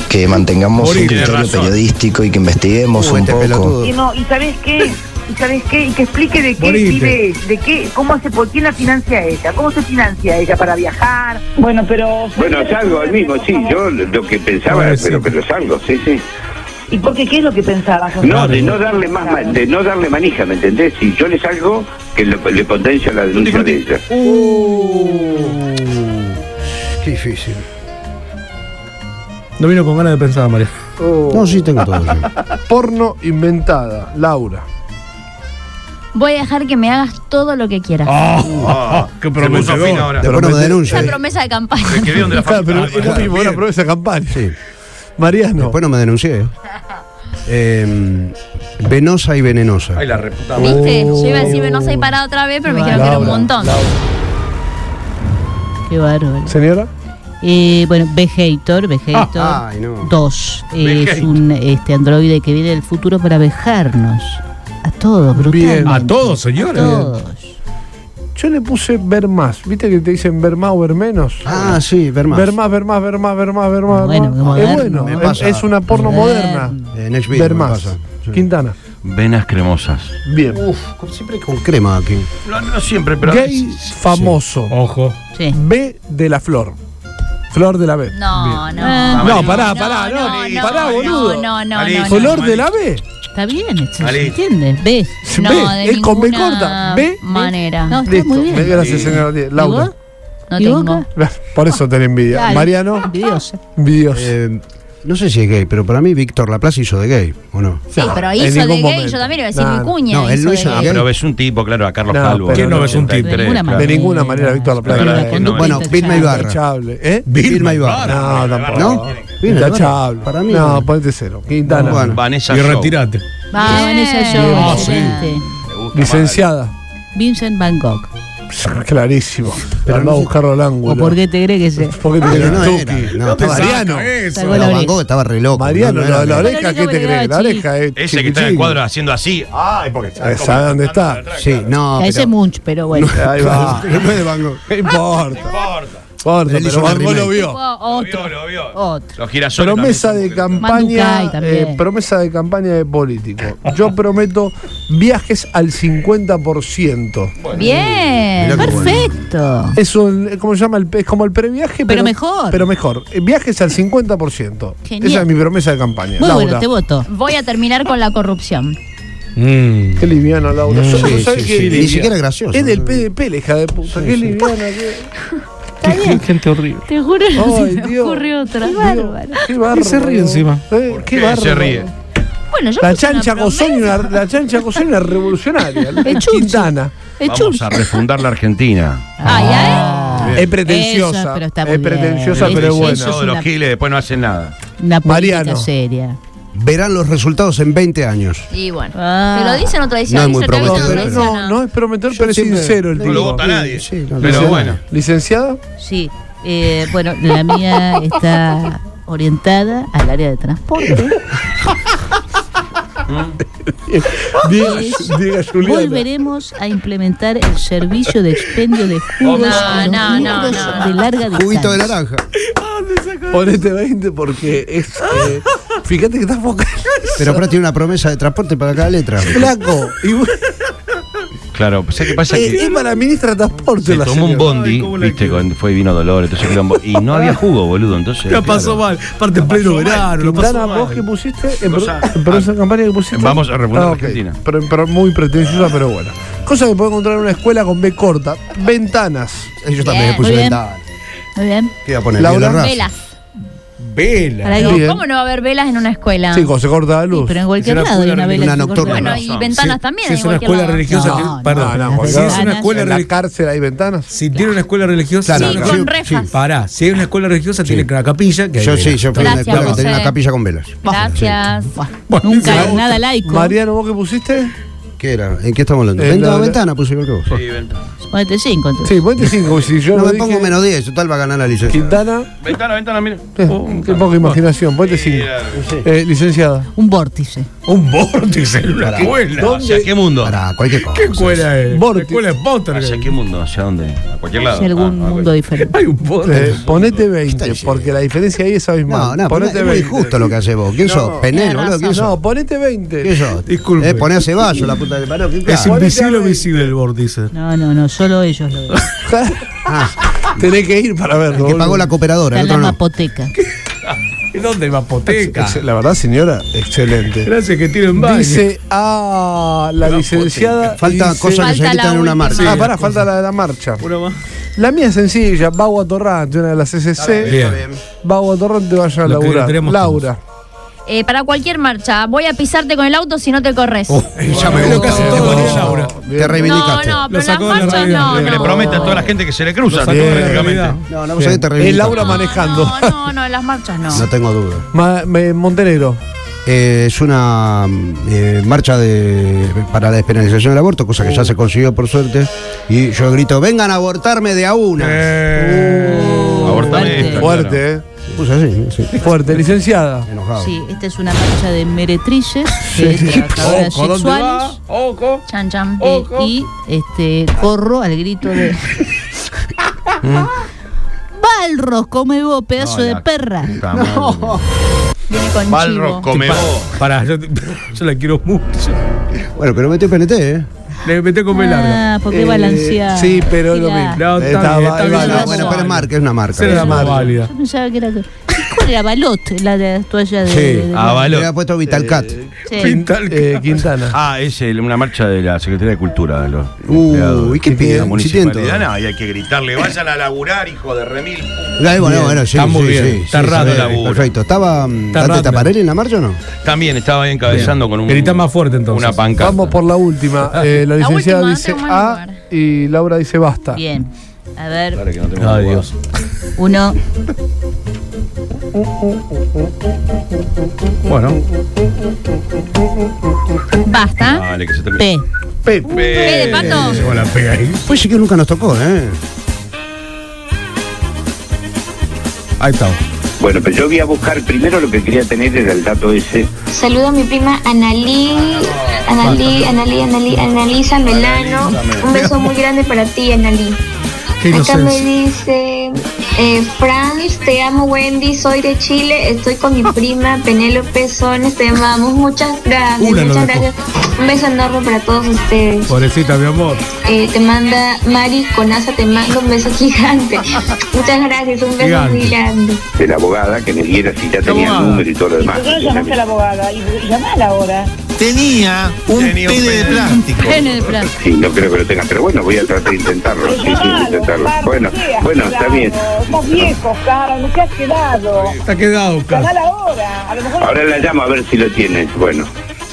S13: que mantengamos
S6: Ori,
S13: un
S6: tiene
S13: criterio
S6: razón.
S13: periodístico y que investiguemos
S3: Uh,
S13: un
S3: este
S13: poco.
S3: pelotudo.
S8: Y no, ¿y sabes qué? ¿Y sabes qué? Y que explique de qué
S4: Morite.
S8: vive, de qué, cómo hace, por quién la financia ella, cómo se financia ella para viajar. Bueno, pero.
S7: Bueno, salgo al mismo, sí. Yo lo que pensaba,
S4: Pobrecito.
S7: pero que lo salgo, sí, sí.
S8: ¿Y por qué? ¿Qué es lo que pensabas?
S7: No, de no darle más, ma- de no darle manija, ¿me entendés? Si yo le salgo, que lo- le potencia la denuncia de ella.
S2: Uh.
S3: Qué difícil.
S4: No vino con ganas de pensar, María.
S3: No, sí, tengo todo. sí.
S2: Porno inventada, Laura.
S10: Voy a dejar que me hagas todo lo que quieras.
S6: Ah,
S4: qué
S6: se puso
S4: prometedor.
S6: fino
S3: *laughs*
S6: ahora.
S3: Después no me denuncia.
S10: Esa
S3: eh.
S10: promesa de campaña.
S6: Se escribieron de la
S2: Claro, pero
S6: facultad.
S2: es lo mismo,
S4: bien.
S2: una promesa de campaña.
S3: Sí.
S2: Mariano.
S3: Después no me denuncié. eh. Em, Venosa y venenosa.
S11: Ay, la reputa madre.
S10: ¿Viste? Yo iba a decir venosa y parada otra vez, pero me
S2: Ay,
S10: dijeron que era un
S2: Laura,
S10: montón.
S2: Laura.
S5: Qué bárbaro.
S2: ¿Señora?
S5: Eh, bueno, Vejator, Vejator
S3: Ah, ay, no.
S5: 2. Es
S3: Vejator.
S5: un este, androide que viene del futuro para vejarnos. A todos, brutalmente.
S4: A todos, señores.
S5: A todos.
S2: Yo le puse ver más. ¿Viste que te dicen ver más o ver menos?
S3: Ah, sí, ver más.
S2: Ver más, ver más, ver más, ver más, ver más.
S5: Bueno,
S2: ver
S5: qué
S2: más. es
S5: moderno.
S2: bueno.
S3: Me
S2: es-
S3: pasa.
S2: Es una porno
S5: Moderno.
S2: moderna.
S3: Eh, En HBO
S2: Ver
S3: me
S2: más.
S3: pasa.
S2: Quintana.
S6: Venas cremosas.
S2: Bien.
S3: Uf, con- siempre con crema aquí.
S6: No, no siempre, pero.
S2: Gay famoso.
S4: Ojo.
S5: Sí.
S2: B de la flor. Flor de la B.
S10: No, no.
S5: Ah,
S2: No, pará, pará, no. pará, boludo.
S10: No, no, no.
S11: Alicia.
S10: no,
S2: ¿Flor de la B?
S5: Está bien, esto, ¿se
S11: Malísimo.
S5: entiende? ¿Ves?
S10: No,
S2: B,
S10: de
S2: es con B
S10: ninguna
S2: corta. B.
S10: manera.
S5: No, está
S2: Listo.
S5: muy bien.
S2: Gracias, señora. Díaz.
S5: ¿Y
S2: Laura.
S5: vos?
S10: No
S5: ¿Y
S10: tengo.
S5: Boca?
S2: Por eso te la envidia.
S5: Dale.
S2: Mariano,
S5: Envidiosa.
S2: Dios.
S3: Eh, no sé si es gay, pero para mí Víctor Laplace hizo de gay, ¿o no?
S10: Sí,
S2: No,
S10: pero
S2: en
S10: hizo de
S2: ningún
S10: gay,
S2: momento.
S10: yo también iba a decir
S2: No,
S10: mi cuña.
S3: no, él no hizo
S10: de
S3: de
S6: Ah,
S10: gay.
S3: gay.
S6: pero ves un tipo, claro, a Carlos
S2: No,
S6: Calvo.
S2: pero ¿Quién
S4: no ves un tipo?
S5: De ninguna
S6: claro.
S5: manera.
S2: De ninguna manera, Víctor Laplace.
S6: Claro,
S2: eh,
S6: con
S5: Conducta
S3: Bueno,
S5: intachable.
S3: Vilma Ibarra.
S2: Intachable. ¿Eh?
S3: Vilma Ibarra.
S2: No, tampoco.
S3: ¿No? Bien,
S2: Intachable.
S3: para mí
S2: No,
S3: no.
S2: ponete cero. Quintana.
S3: Bueno.
S6: Vanessa
S4: Y
S6: Shaw.
S4: retirate.
S5: Va,
S10: Bien.
S5: Vanessa
S10: Ah,
S5: Jones.
S4: sí.
S5: excelente.
S6: Me gusta más.
S2: Licenciada.
S5: Vincent Van Gogh.
S2: Clarísimo. Pero
S3: Pero
S2: no
S3: no
S2: a
S3: sé-
S2: buscarlo al ángulo.
S5: ¿O por qué te crees que se.?
S2: Porque te
S3: Pero
S2: crees
S3: no
S2: Tuki.
S3: era, no, estaba,
S2: Mariano.
S4: Eso.
S5: Sacó la
S3: no,
S5: oreja.
S3: Van Gogh estaba re loco.
S2: Mariano,
S3: no, no
S2: la,
S3: era
S2: la
S3: gay.
S2: oreja,
S5: Pero
S2: ¿qué
S5: no
S2: te
S5: me
S2: crees?
S5: daba
S2: La oreja es.
S6: Ese que está en el
S2: chiquitín.
S6: cuadro haciendo así. Ay, porque
S2: Eh, ¿Sabe dónde está?
S3: Sí, no,
S5: Parece
S3: pero-
S5: mucho, pero
S2: *laughs*
S5: bueno.
S2: Ahí va.
S3: Pero no es de Van Gogh.
S2: No importa.
S6: importa.
S2: Importa,
S3: Pero él
S2: pero
S3: hizo
S2: Van
S3: una
S2: Gogh lo
S3: remake.
S2: vio.
S6: Lo
S5: Otro.
S6: vio, lo vio.
S5: Otro.
S6: Los girasoles.
S2: Promesa
S6: también
S2: de
S6: son mujeres.
S2: campaña,
S5: Manducay también.
S2: eh, promesa de campaña de político. Yo prometo viajes al 50%.
S10: Bien.
S3: Mirá qué bueno.
S5: Perfecto.
S2: Es un, ¿cómo se llama? El, pe- es como el previaje, pero,
S5: Pero mejor.
S2: Pero mejor. Eh, Viajes al 50%.
S5: Genial.
S2: Esa es mi promesa de campaña.
S5: Muy
S2: Laura.
S5: bueno, te voto.
S10: Voy a terminar con la corrupción.
S4: Mm.
S2: Qué liviana, Laura. Yo no
S3: Sí,
S2: sabés
S3: sí,
S2: qué
S3: sí. Ni
S2: liviana.
S3: siquiera es gracioso.
S2: Es del PDP, la hija de puta. qué liviana. Qué...
S4: gente horrible.
S10: Te juro,
S5: *laughs*
S2: Ay, Dios. Dios, Qué bárbaro.
S4: se ríe encima.
S2: Eh, qué
S6: qué
S2: bárbaro.
S6: se ríe?
S10: Bueno, yo
S2: La
S10: puse una
S2: chancha
S10: promesa.
S2: Cosoni, una, la chancha Cosoni, una revolucionaria. la
S5: *laughs* Es Churchill.
S2: Quintana.
S5: Es
S6: Vamos
S5: churro.
S6: a refundar
S5: *laughs*
S6: la Argentina.
S10: Ay, ay.
S2: Ah. Es pretenciosa.
S5: Eso, pero está muy
S2: es pretenciosa,
S5: bien.
S2: pero es
S5: Eso
S2: buena.
S5: es
S6: Todos
S5: una-
S6: los giles después no hacen nada.
S5: Una política
S2: Mariano.
S5: seria.
S3: Verán los resultados en 20 años.
S10: Y bueno.
S5: Ah.
S10: Te lo dicen otra edición.
S3: No es muy
S2: No,
S3: prometedor.
S2: pero no, no es prometedor, pero es
S3: siempre-
S2: sincero el
S3: No
S2: tipo.
S6: No lo vota nadie.
S3: Sí, no,
S6: pero
S2: Licen-
S6: bueno.
S5: *laughs*
S2: ¿Licenciada?
S5: Sí. eh, bueno, la mía está orientada al área de transporte.
S2: Diga, diga Juliana.
S5: Volveremos a implementar el servicio de expendio de jugos
S10: No,
S5: a los
S10: no, no,
S5: miembros
S10: no.
S5: de larga distancia.
S3: Juguito de naranja.
S2: Ponete 20 porque es. eh, fíjate que estás focal.
S3: Pero ahora tiene una promesa de transporte para cada letra.
S2: *laughs* Flaco. Y
S6: *laughs*
S2: bueno,
S6: Claro, pues, ¿sabes qué pasa?
S2: eh,
S6: Que
S2: es para la ministra de Transporte.
S6: se
S2: la
S6: tomó un
S2: señora.
S6: bondi, viste, cuando fue y vino dolor, entonces quilombo, y no había jugo, boludo, entonces.
S4: La pasó
S6: claro.
S4: mal. Aparte en pleno verano, lo pasó
S2: Quintana, vos
S4: mal.
S2: que pusiste, en
S6: Cosa-
S2: pero esa campaña que pusiste.
S6: Vamos a refundar
S2: Ah,
S6: la
S2: ok.
S6: Argentina.
S2: Pero, pero muy pretenciosa, pero buena. Cosa que puede encontrar en una escuela con B corta. Ventanas.
S3: Yo también le
S10: Bien.
S3: puse
S5: Muy bien.
S3: ventana.
S5: Muy bien.
S3: ¿Qué iba a poner?
S2: Laura.
S3: Viola Raz.
S10: Velas.
S4: Vela.
S5: Para
S10: Digo,
S2: Bien.
S10: ¿Cómo no va a haber velas en una escuela?
S2: Chicos, se corta la
S5: Sí,
S2: luz.
S5: pero en cualquier
S4: Es una
S5: lado hay
S4: escuela
S5: una vela.
S3: religiosa. Una
S5: que se corta.
S3: nocturna.
S10: Bueno, y
S6: razón.
S10: ventanas
S4: Si-
S10: también.
S4: si
S10: en
S4: es una
S10: cualquier
S4: escuela
S10: lado.
S4: religiosa, que-
S5: No, no,
S4: perdón.
S5: no, no,
S4: si es una
S5: ventanas.
S4: escuela
S2: ¿En la
S4: religiosa.
S2: cárcel hay ventanas?
S4: Si tiene una escuela religiosa,
S3: Claro,
S10: Sí,
S3: no,
S10: con
S3: sí,
S10: rejas.
S4: pará. Si hay una escuela religiosa, tiene una capilla. Que hay
S3: Yo
S4: vela.
S3: sí, yo fui a una
S10: Gracias,
S3: escuela que tenía
S10: José.
S3: una capilla con velas.
S10: Gracias.
S4: Bueno,
S5: Nunca,
S4: sí.
S5: nada laico.
S2: Mariano, ¿vos qué pusiste?
S3: ¿Qué era? ¿En qué estamos hablando?
S2: Eh,
S3: Ventana,
S2: la-
S3: ventana puse igual que vos.
S6: Sí, ventana.
S5: Ponete cinco, entonces.
S2: Sí, ponete 5. Si yo
S3: No
S2: lo
S3: me
S2: dije,
S3: pongo menos 10, total va a ganar la licencia.
S2: Quintana,
S6: Ventana, ventana, mira.
S2: eh,
S6: Oh,
S2: qué poca imaginación. Ponete 5. Eh, licenciada.
S5: Un vórtice.
S4: Un vórtice en una
S3: Pará.
S4: escuela.
S6: ¿Hacia qué mundo?
S3: Para cualquier cosa.
S4: ¿Qué escuela es?
S2: Vórtice.
S4: La escuela es Potter.
S6: ¿Hacia qué mundo? ¿Hacia dónde? ¿A cualquier lado?
S5: Hacia algún
S6: Ah, ah,
S5: mundo diferente.
S4: Hay un Potter.
S2: Eh, ponete 20,
S3: diciendo?
S2: porque la diferencia ahí es
S3: No,
S2: abismal.
S3: no,
S2: ponete
S3: ponete es muy injusto lo que hace vos. ¿Quién sos? Penel, boludo, ¿quién sos?
S2: No, ponete
S3: ¿Quién
S2: 20.
S3: sos?
S4: Disculpe.
S3: Eh, poné a Ceballos, la puta del palo. ¿Qué
S4: Es
S3: claro.
S4: invisible o visible el vórtice.
S5: No, no, no, solo ellos lo ven.
S2: *laughs* Tenés que ir para verlo.
S3: El Ah, que
S2: boludo.
S3: pagó la cooperadora, el
S5: Está en la
S3: otro no.
S5: mapoteca.
S4: ¿Y dónde va Poteca?
S2: Ex- La verdad, señora, excelente.
S4: Gracias que tienen baño.
S2: Dice a la licenciada.
S3: Falta
S2: dice-
S3: cosas que se
S10: Falta la
S3: gritan en una
S10: última.
S3: marcha.
S2: Ah, pará, falta la de la marcha.
S4: Una más.
S2: La mía es sencilla, Bagua Torrante, una de las CCC.
S4: Bien.
S2: Bagua Torrante vaya a
S4: Lo que
S2: laburar.
S4: tenemos
S2: Laura.
S10: Eh, para cualquier marcha, voy a pisarte con el auto si no te corres.
S4: Ya me lo que hace todo el día, Ah, Laura.
S3: Te
S10: no,
S3: reivindicaste.
S10: no,
S4: Lo
S10: pero las
S4: sacó de la
S10: marchas
S4: realidad.
S10: no.
S4: Lo
S6: Que le
S10: no.
S6: promete a toda la gente que se le
S4: Lo
S6: cruza,
S4: sacó de la realidad.
S6: prácticamente.
S3: No, no,
S2: Bien.
S3: sé, te
S2: Es
S3: reivindicaste.
S10: Ah,
S2: Laura manejando.
S10: No, no, no, en las marchas no.
S3: No tengo duda.
S2: Ma- me- Montenegro.
S3: eh, es una eh, marcha de, para la despenalización del aborto, cosa que ya se consiguió por suerte. Y yo grito, vengan a abortarme de a una.
S4: Oh,
S6: Uh, abortame
S2: Fuerte,
S6: esta, claro.
S2: Fuerte, eh.
S3: Puse así, sí.
S2: Fuerte, licenciada.
S3: Enojado.
S5: Sí, esta es una marcha de meretrices, de trabajadoras
S4: Ojo, ¿dónde va?
S5: sexuales.
S4: Ojo.
S10: Chan, chan.
S5: eh, y este corro al grito de. Balros, come vos, pedazo de perra.
S6: Puta madre.
S10: Viene con
S6: Balro,
S10: chivo.
S6: come
S4: Pa-
S6: vos.
S4: Pará, yo, *laughs* yo la quiero mucho.
S3: Bueno, pero metió PNT, ¿eh?
S4: Le metí con B larga.
S5: Ah, porque
S2: Eh,
S5: balanceada.
S2: sí, pero es lo
S5: Mirá.
S2: mismo.
S4: No, está
S2: Estaba-
S4: bien, está
S2: ahí
S4: bien,
S2: va,
S4: no,
S2: la-
S3: bueno, pero es marca, es una marca.
S4: Será la
S3: Es una
S4: más
S3: marca.
S4: válida.
S5: Yo pensaba que era. ¿Cuál era Balot? La de las toallas de.
S3: Sí.
S4: *laughs*
S5: de-
S6: Ah,
S3: Le
S6: Balot.
S3: había puesto Vitalcat.
S5: Sí.
S4: Pintal.
S2: Eh, Quintana.
S6: Ah, es el- una marcha de la Secretaría de Cultura. de los
S3: Uy,
S6: empleados.
S3: qué
S6: De la
S3: piden, chitiento.
S6: municipalidad, no, y hay que *laughs* gritarle, vayan a laburar, hijo de remil.
S3: Ah, bueno,
S4: Bien,
S3: bueno, sí,
S4: está muy
S3: sí,
S4: bien,
S3: sí,
S4: está
S3: sí,
S4: rato
S3: sí,
S6: laburo.
S3: Perfecto. ¿Estaba mm,
S4: Está
S3: Dante
S4: rato.
S3: Taparelli en la marcha o no?
S6: También estaba ahí encabezando con un.
S4: Grita más fuerte entonces.
S6: Una pancarta.
S2: Vamos por la última. Eh, la
S10: La
S2: licenciada
S10: última,
S2: dice
S10: no tengo más
S2: A
S10: lugar.
S2: y Laura dice basta.
S5: Bien. A ver,
S6: Dale, que no tengo
S4: Ay,
S6: lugar.
S4: Dios.
S5: uno.
S4: Bueno,
S10: Basta.
S6: Dale, que se termine.
S5: P.
S2: Pepe.
S10: P de pato.
S2: eh,
S4: llegó la pega ahí.
S3: Pues sí que nunca nos tocó,
S4: *laughs*
S3: ¿eh?
S4: Ahí está.
S7: Bueno, pero yo voy a buscar primero lo que quería tener era el dato ese.
S9: Saludo a mi prima Analí, Analí, Analí, Analí, Analisa Melano. Un beso muy grande para ti, Analí.
S4: Qué
S9: Acá me
S4: inocencia.
S9: dice, eh, Franz, te amo Wendy, soy de Chile, estoy con mi prima Penélope Sones, te amamos, muchas gracias,
S4: Una lo
S9: muchas
S4: dejó.
S9: gracias. Un beso enorme para todos ustedes.
S4: Pobrecita, mi amor.
S9: Eh, te manda Mari Conaza, te mando un beso
S4: *laughs*
S9: gigante. Muchas gracias, un beso muy
S4: Gigante.
S9: grande.
S7: de la abogada que me diera si ya tenía el
S4: abogada?
S7: número y todo lo
S8: ¿Y
S7: demás.
S8: por qué no llamaste a la abogada? Y, y llamala ahora.
S14: Tenía un
S6: Tenía un
S14: pene
S6: pene.
S14: de plástico.
S5: Pene de plástico.
S7: Sí, no creo que lo tenga, pero bueno, voy a tratar de intentarlo. Sí, sí, voy a intentarlo. Bueno, bueno, está bien.
S8: Estás viejo, Carlos, no te has quedado.
S4: Está quedado, claro.
S8: Llamala ahora. A lo mejor
S7: Ahora la llamo a ver si lo tienes. Bueno,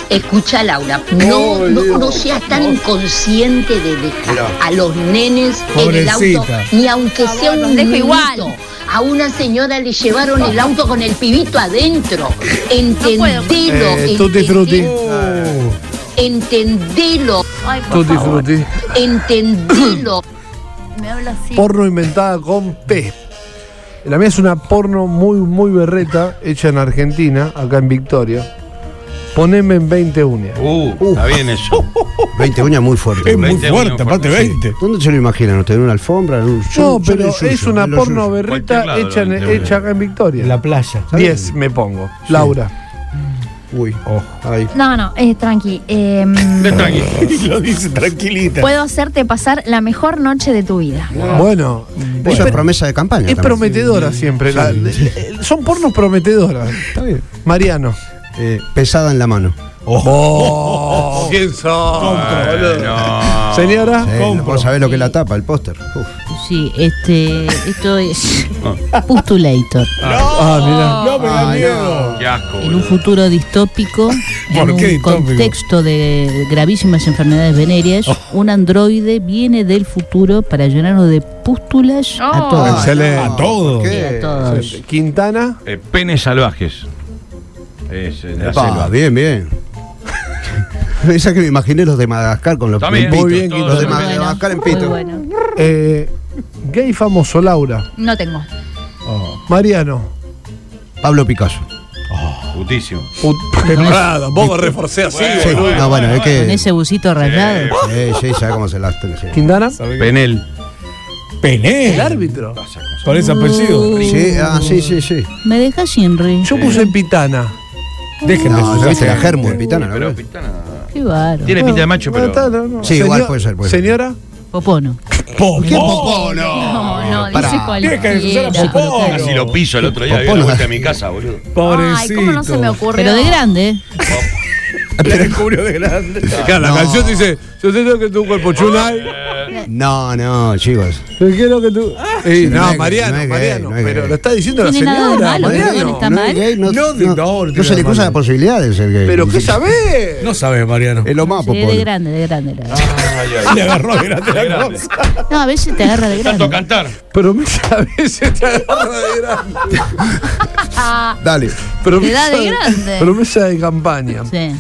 S15: Escucha Laura, no, no, no seas tan inconsciente de dejar a los nenes en el auto,
S4: Pobrecita.
S15: ni aunque
S10: Por
S15: sea
S10: favor,
S15: un
S10: los dejo
S15: minuto.
S10: igual.
S15: A una señora le llevaron el auto con el pibito adentro. Entendelo,
S2: Eh,
S15: enten-
S2: tutti frutti.
S15: entendelo,
S10: Ay, por
S2: Tutti
S10: favor.
S2: frutti.
S15: entendelo.
S10: Me habla así.
S2: Porno inventada con P. La mía es una porno muy, muy berreta, hecha en Argentina, acá en Victoria. Poneme en 20 uñas.
S6: Uh, está bien eso.
S3: 20 uñas muy fuerte.
S4: Es muy
S6: 20
S4: fuerte, aparte
S6: sí.
S4: 20.
S3: ¿Dónde se lo imaginan? ¿Usted en una alfombra? En un- yo-
S2: No,
S3: yo
S2: pero
S3: lo suyo,
S2: es una
S3: yo lo
S2: porno
S3: suyo.
S2: berreta
S6: Cualquier lado,
S2: hecha, en-
S6: 20 uñas.
S2: hecha acá en Victoria.
S4: En la playa.
S2: 10 me pongo. Laura.
S3: Uy,
S4: Oh,
S3: ahí.
S10: No, no, eh, tranqui. eh,
S4: Tranquilo, lo dice tranquilita.
S10: puedo hacerte pasar la mejor noche de tu vida.
S2: Bueno,
S3: Esa es
S2: es,
S3: promesa de campaña.
S2: es
S3: también.
S2: prometedora siempre. la- eh, son pornos prometedoras.
S3: Está bien.
S2: Mariano.
S3: Eh, pesada en la mano.
S2: Oh, ¿Quién son?
S6: *laughs* No.
S2: Oh. Señora.
S3: Eh, no puedo saber lo que es la tapa, el póster. Uf.
S5: Sí, este. Esto es. Postulator.
S2: Ah, mirá.
S4: No me da
S3: Ay,
S4: miedo.
S6: Qué asco.
S5: En un
S6: boludo.
S5: futuro distópico,
S4: ¿Por
S5: en un
S4: qué distópico?
S5: contexto de gravísimas enfermedades venéreas, un androide viene del futuro para llenarnos de pústulas a
S10: Oh.
S5: todos.
S2: Excelente.
S4: A todo.
S3: Ah, ¿Por
S5: Y a
S3: qué?
S5: todos.
S2: Quintana.
S6: Eh, penes salvajes. Es eh, la
S3: Epa,
S6: selva.
S3: ah, bien, bien. *laughs* Esa que me imaginé los de Madagascar con los
S6: Está
S3: en
S6: bien.
S3: pito.
S2: Muy bien,
S6: Todo
S3: los de
S6: lo que-
S5: Bueno,
S3: Madagascar en
S5: muy
S3: pito.
S5: bueno.
S2: eh, gay famoso, Laura.
S10: No tengo.
S2: Mariano.
S3: Pablo Picasso.
S6: Putísimo.
S2: Temprano. Vos me reforcé así.
S3: Sí, no, bueno, es
S5: Con
S3: que.
S5: ese busito rayado.
S3: Sí, sí, sabe cómo se las tiene, sí.
S2: Quintana.
S6: Penel.
S4: Pené.
S2: El árbitro.
S4: Con ese apellido.
S3: Sí, ah, sí, sí, sí.
S5: Me deja sin re.
S2: Yo puse Pitana.
S4: Déjenme
S3: No,
S4: su-
S3: no, viste la germu de Pitana, ¿no?
S6: Pero Pitana.
S5: Qué bárbaro.
S6: Tiene pinta de macho,
S2: No,
S6: pero.
S2: está, no, no.
S3: Sí, igual puede ser, puede ser.
S2: Señora.
S5: Popono.
S4: Popó.
S10: No, no,
S3: pará.
S10: dice
S4: Tiene que
S10: cualquiera.
S4: denunciar a Popó.
S6: Casi lo piso el otro día. Había
S3: Popolo.
S6: la vuelta a mi casa, boludo.
S10: Ay, cómo no se me
S4: ocurre.
S10: ocurrió.
S5: Pero de grande. ¿eh?
S4: La descubrió de grande.
S2: *laughs* Claro, la canción dice: Yo sé que tu cuerpo chunai.
S3: No, no, chicos.
S2: ¿Qué es lo que tú.?
S3: Sí,
S2: Eh,
S3: no
S2: no,
S3: es-
S2: Mariano,
S3: no es gay,
S2: Mariano.
S3: no es
S2: pero
S3: gay.
S2: lo está diciendo la
S5: Tiene nada de
S2: señora.
S5: malo,
S2: Mariano.
S5: ¿Está mal?
S3: gay, no,
S2: No,
S3: no-
S2: no,
S3: no se le
S2: no,
S3: cruza
S2: no.
S3: la posibilidad de ser gay.
S2: Pero ¿qué sabés?
S4: No sabes, Mariano.
S3: Es lo más,
S5: Sí,
S3: Popol.
S5: de grande, de grande. la-
S4: Le agarró grande la cosa.
S5: No, a veces te agarra de grande.
S4: cantar.
S2: Pero me sabés, *laughs* se te agarra de grande.
S3: Dale.
S2: Promesa
S10: Edad de grande.
S2: Promesa de campaña.
S5: Sí.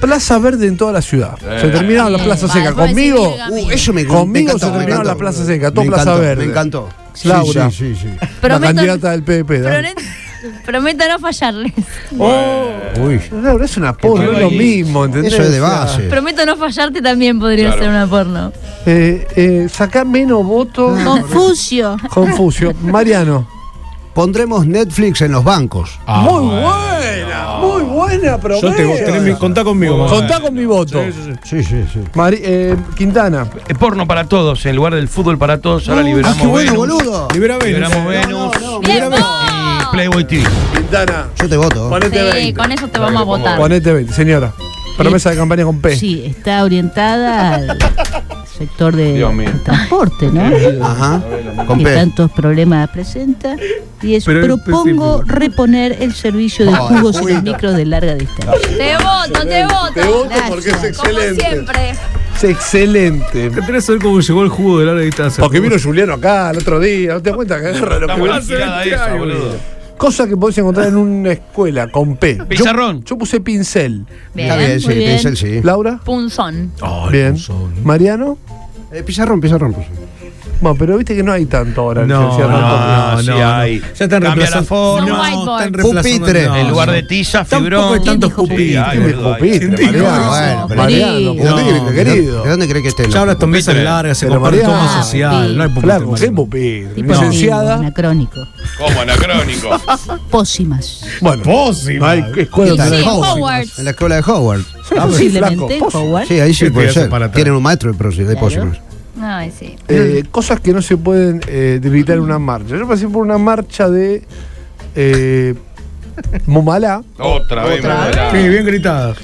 S2: Plaza verde en toda la ciudad. Se terminaron la plaza
S10: Va,
S2: seca.
S10: después decís
S2: Conmigo,
S10: que
S3: Uh, eso me, me
S2: Conmigo
S3: encantó,
S2: se
S3: me
S2: terminaron
S3: encantó.
S2: la plaza seca, todo
S3: Me
S2: plaza
S3: encantó,
S2: verde.
S3: Me encantó. Sí,
S2: Laura.
S3: Sí, sí, sí.
S2: la
S10: Prometo-
S2: candidata del PP. dale.
S10: Promet- Prometo no fallarles.
S3: Uy.
S2: Laura es una porno, no es lo mismo, ¿entendés?
S3: Eso es de
S2: O sea,
S3: base.
S10: Prometo no fallarte también podría ser una porno.
S2: eh, eh, sacá menos votos.
S10: Confucio.
S2: Confucio. Mariano.
S3: Pondremos Netflix en los bancos.
S14: Ah,
S2: muy buena, muy buena promesa.
S4: Yo te tenés mi- contá conmigo, mamá.
S2: Contá con mi voto.
S3: Sí, sí, sí.
S2: Mari- eh, Quintana.
S14: Eh, porno para todos, en lugar del fútbol para todos, ahora
S4: Ah,
S14: liberamos Venus.
S3: boludo.
S4: Libera Venus.
S14: Liberamos Venus
S10: Bien,
S14: y Playboy TV.
S2: Quintana.
S3: Yo te voto.
S2: Ponete
S10: Sí,
S2: 20.
S10: con eso te vamos a votar.
S2: Ponete 20, señora. Promesa de campaña con P.
S5: Sí, está orientada al sector de
S6: Dios mío.
S5: transporte, ¿no?
S3: Ajá. Con
S5: que
S3: P.
S5: tantos problemas presenta. Y es propongo reponer el servicio de
S3: Ah,
S5: jugos en los micros de larga distancia.
S10: Te voto, te voto.
S2: Te voto porque es
S10: Como
S2: excelente.
S10: siempre.
S2: Es excelente.
S4: Que tenés que saber cómo llegó el jugo de larga distancia.
S2: Porque vino Juliano acá el otro día, ¿no te das cuenta que agarra lo
S14: Está
S2: que
S14: buena
S2: hace? este
S14: tirada esa, boludo.
S2: Cosa que podés encontrar en una escuela con P. Yo-
S14: Pizarrón.
S2: Yo, puse pincel.
S3: Está
S10: Bien,
S3: bien, sí,
S10: muy bien.
S3: pincel, sí.
S2: Laura.
S10: Punzón.
S2: bien. Mariano.
S3: Eh, pizarrón, pizarrón. puse.
S2: Bueno, pero viste que no hay tanto ahora. licenciado.
S14: no, sí hay.
S4: Ya están
S14: Cambia la
S4: reemplazando.
S14: forma.
S4: No,
S10: Whiteboard.
S4: están reemplazando-
S3: Pupitre.
S4: no,
S14: En lugar
S4: no.
S14: de tiza,
S4: Tampoco hay
S14: fibrón.
S4: tantos
S5: dijo
S4: pupitres.
S14: Sí, hay,
S4: boludo.
S14: boludo, hay.
S2: Pupitre,
S4: *laughs* Sentí,
S2: Mariano.
S4: no,
S3: bueno, pero-
S2: Mariano,
S5: Querido.
S2: ¿dónde querés, querido?
S3: ¿De dónde crees que esté?
S4: Ya
S3: loco?
S4: ahora están mesas
S14: Pupitre.
S4: largas, se
S2: Pero
S4: comparte todo
S2: Mariano,
S4: más social. No hay pupitre.
S2: Flaco, qué
S4: Mariano.
S2: pupitre.
S5: Tipo antiguo,
S2: Licenciada.
S5: anacrónico.
S6: ¿Cómo anacrónico?
S5: Pósimas.
S2: Bueno, no hay escuela.
S10: Sí, sí.
S3: Está
S2: para-
S3: en Howard.
S10: Hogwarts.
S3: En la escuela de Howard.
S2: Ah, pero sí,
S5: Posiblemente,
S2: flaco, pos-
S5: Howard.
S3: Sí, ahí sí
S4: ¿Qué
S3: puede
S4: te hace
S3: ser.
S4: para atrás?
S3: Tienen un maestro de próximo. De
S5: Claro.
S3: próximas.
S10: Ay, sí.
S2: Eh, cosas que no se pueden eh, debilitar en una marcha. Yo pasé por una marcha de eh, Momalá
S6: Otra vez,
S10: Otra
S6: Manuela.
S4: Sí, bien gritadas.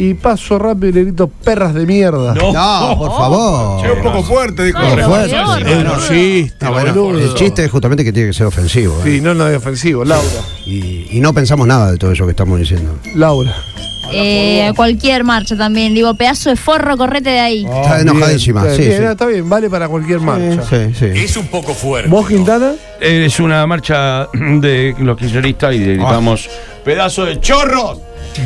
S2: y paso rápido y le grito perras de mierda.
S3: No, por
S4: Llegó un
S3: favor.
S4: poco fuerte, dijo.
S10: Ay,
S3: Por fuerte.
S10: peor,
S6: Eh,
S2: Es un chiste,
S3: Ah, bueno,
S2: Este boludo.
S3: el chiste es justamente que tiene que ser ofensivo.
S2: Sí,
S3: ¿eh?
S2: no, no es ofensivo. Laura.
S3: Y, y no pensamos nada de todo eso que estamos diciendo.
S2: Laura.
S10: Eh, cualquier marcha también. Digo, pedazo de forro, correte de
S6: Ah,
S10: ahí.
S3: Está enojadísima.
S2: Bien,
S3: sí,
S2: bien,
S3: sí.
S2: no, Está bien, vale para cualquier marcha.
S3: Sí, sí.
S1: un poco fuerte.
S2: ¿Vos, Quintana?
S6: Es una marcha de los kirchneristas y le gritamos pedazo de chorros.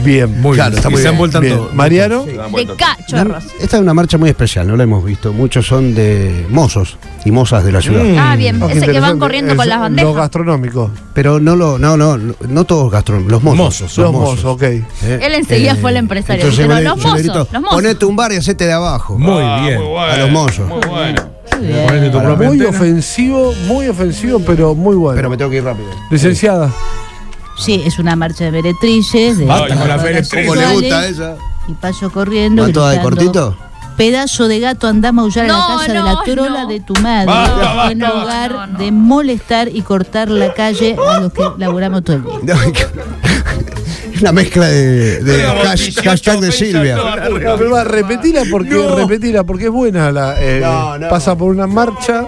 S2: Bien.
S4: Muy
S3: Claro,
S4: bien.
S3: está
S4: Y
S3: muy
S4: se han
S3: bien,
S4: vuelto
S2: bien.
S4: todos.
S2: Mariano.
S10: De cachorros.
S3: Esta es una marcha muy especial, no la hemos visto. Muchos son de mozos y mozas de la ciudad.
S10: Ah, bien.
S2: Ah,
S10: Ese
S2: qué
S10: que van
S2: interesante.
S10: corriendo
S2: Es
S10: con las
S2: Los
S10: bandejas.
S2: gastronómicos.
S3: Pero no lo, no, no, no todos gastron, los mozos.
S4: Mozos,
S2: Los mozos, ok.
S3: Eh,
S10: Él enseguida
S3: eh,
S10: fue el empresario.
S3: entonces
S10: Pero
S3: yo le-
S10: los
S3: yo le
S10: mozos,
S3: grito,
S10: los mozos.
S3: Ponete un bar y hacete de abajo.
S4: Muy
S6: Ah,
S4: bien.
S6: bueno,
S3: A los mozos.
S6: Muy bueno.
S4: Ponete tu propia
S2: Muy
S4: antena.
S2: ofensivo, muy ofensivo, pero muy bueno.
S3: Pero me tengo que ir rápido.
S2: Licenciada.
S5: Sí, es una marcha de meretrices. De
S4: Basta con la
S5: trabajadoras
S4: meretriz.
S3: ¿Cómo le
S5: sexuales,
S3: gusta esa?
S5: Y paso corriendo.
S3: ¿Va toda de
S5: gritando,
S3: cortito?
S5: Pedazo de gato, anda a maullar a
S10: No,
S5: la casa
S10: no,
S5: de la trola
S10: no.
S5: de tu madre.
S6: Basta,
S5: en
S6: basta,
S5: lugar
S10: basta. No, no.
S5: de molestar y cortar la calle a los que laburamos todo el día.
S3: No, que- es una mezcla de, de
S6: Digamos,
S3: hash-
S6: 18
S3: hashtag de
S6: ofensas
S3: Silvia.
S6: toda la puta.
S2: No, pero va, repetila porque repetila porque es buena la eh,
S3: No, no.
S2: pasa por una marcha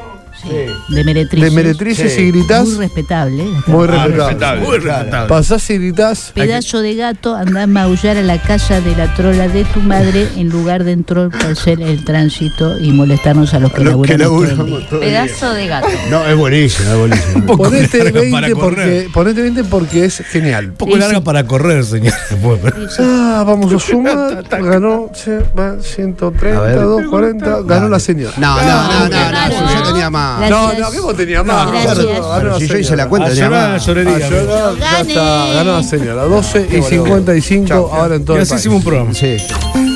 S5: De meretrices.
S2: de meretrices
S3: Sí.
S2: y gritás
S5: Muy respetable.
S2: muy
S6: Ah,
S2: respetable.
S3: é
S6: respetable.
S2: Pasás y gritás
S5: Pedazo de gato, anda a maullar a la casa de la trola de tu madre en lugar de entorpecer el tránsito y molestarnos a los que
S3: Lo que
S5: laburamos todo el día.
S3: laburamos todo el día.
S10: Pedazo de gato.
S3: No, es buenísimo, es buenísimo.
S2: ponete
S4: larga para
S2: 20 porque
S4: correr.
S2: ponete 20 porque es genial.
S4: Un poco larga para correr, señor.
S2: Ah, vamos
S4: *laughs*
S2: a sumar, ganó se va, 130,
S3: A ver.
S2: 240, ganó la señora.
S3: No, no, no, no, no,
S10: Claro.
S3: si yo tenía más.
S5: Gracias.
S2: No, no, ¿qué vos tenías más?
S5: Gracias.
S2: Claro, ganó
S3: Pero
S2: la
S3: si yo hice
S2: señora.
S3: la cuenta,
S4: A
S3: tenía
S4: llorar, a
S3: más.
S4: llorería.
S2: Ah, lloró, ya está, ganó la señora. 12 y 55 ahora en todo
S4: Y
S2: el
S4: así
S2: país.
S3: 예,
S4: hicimos un programa.
S3: Sí.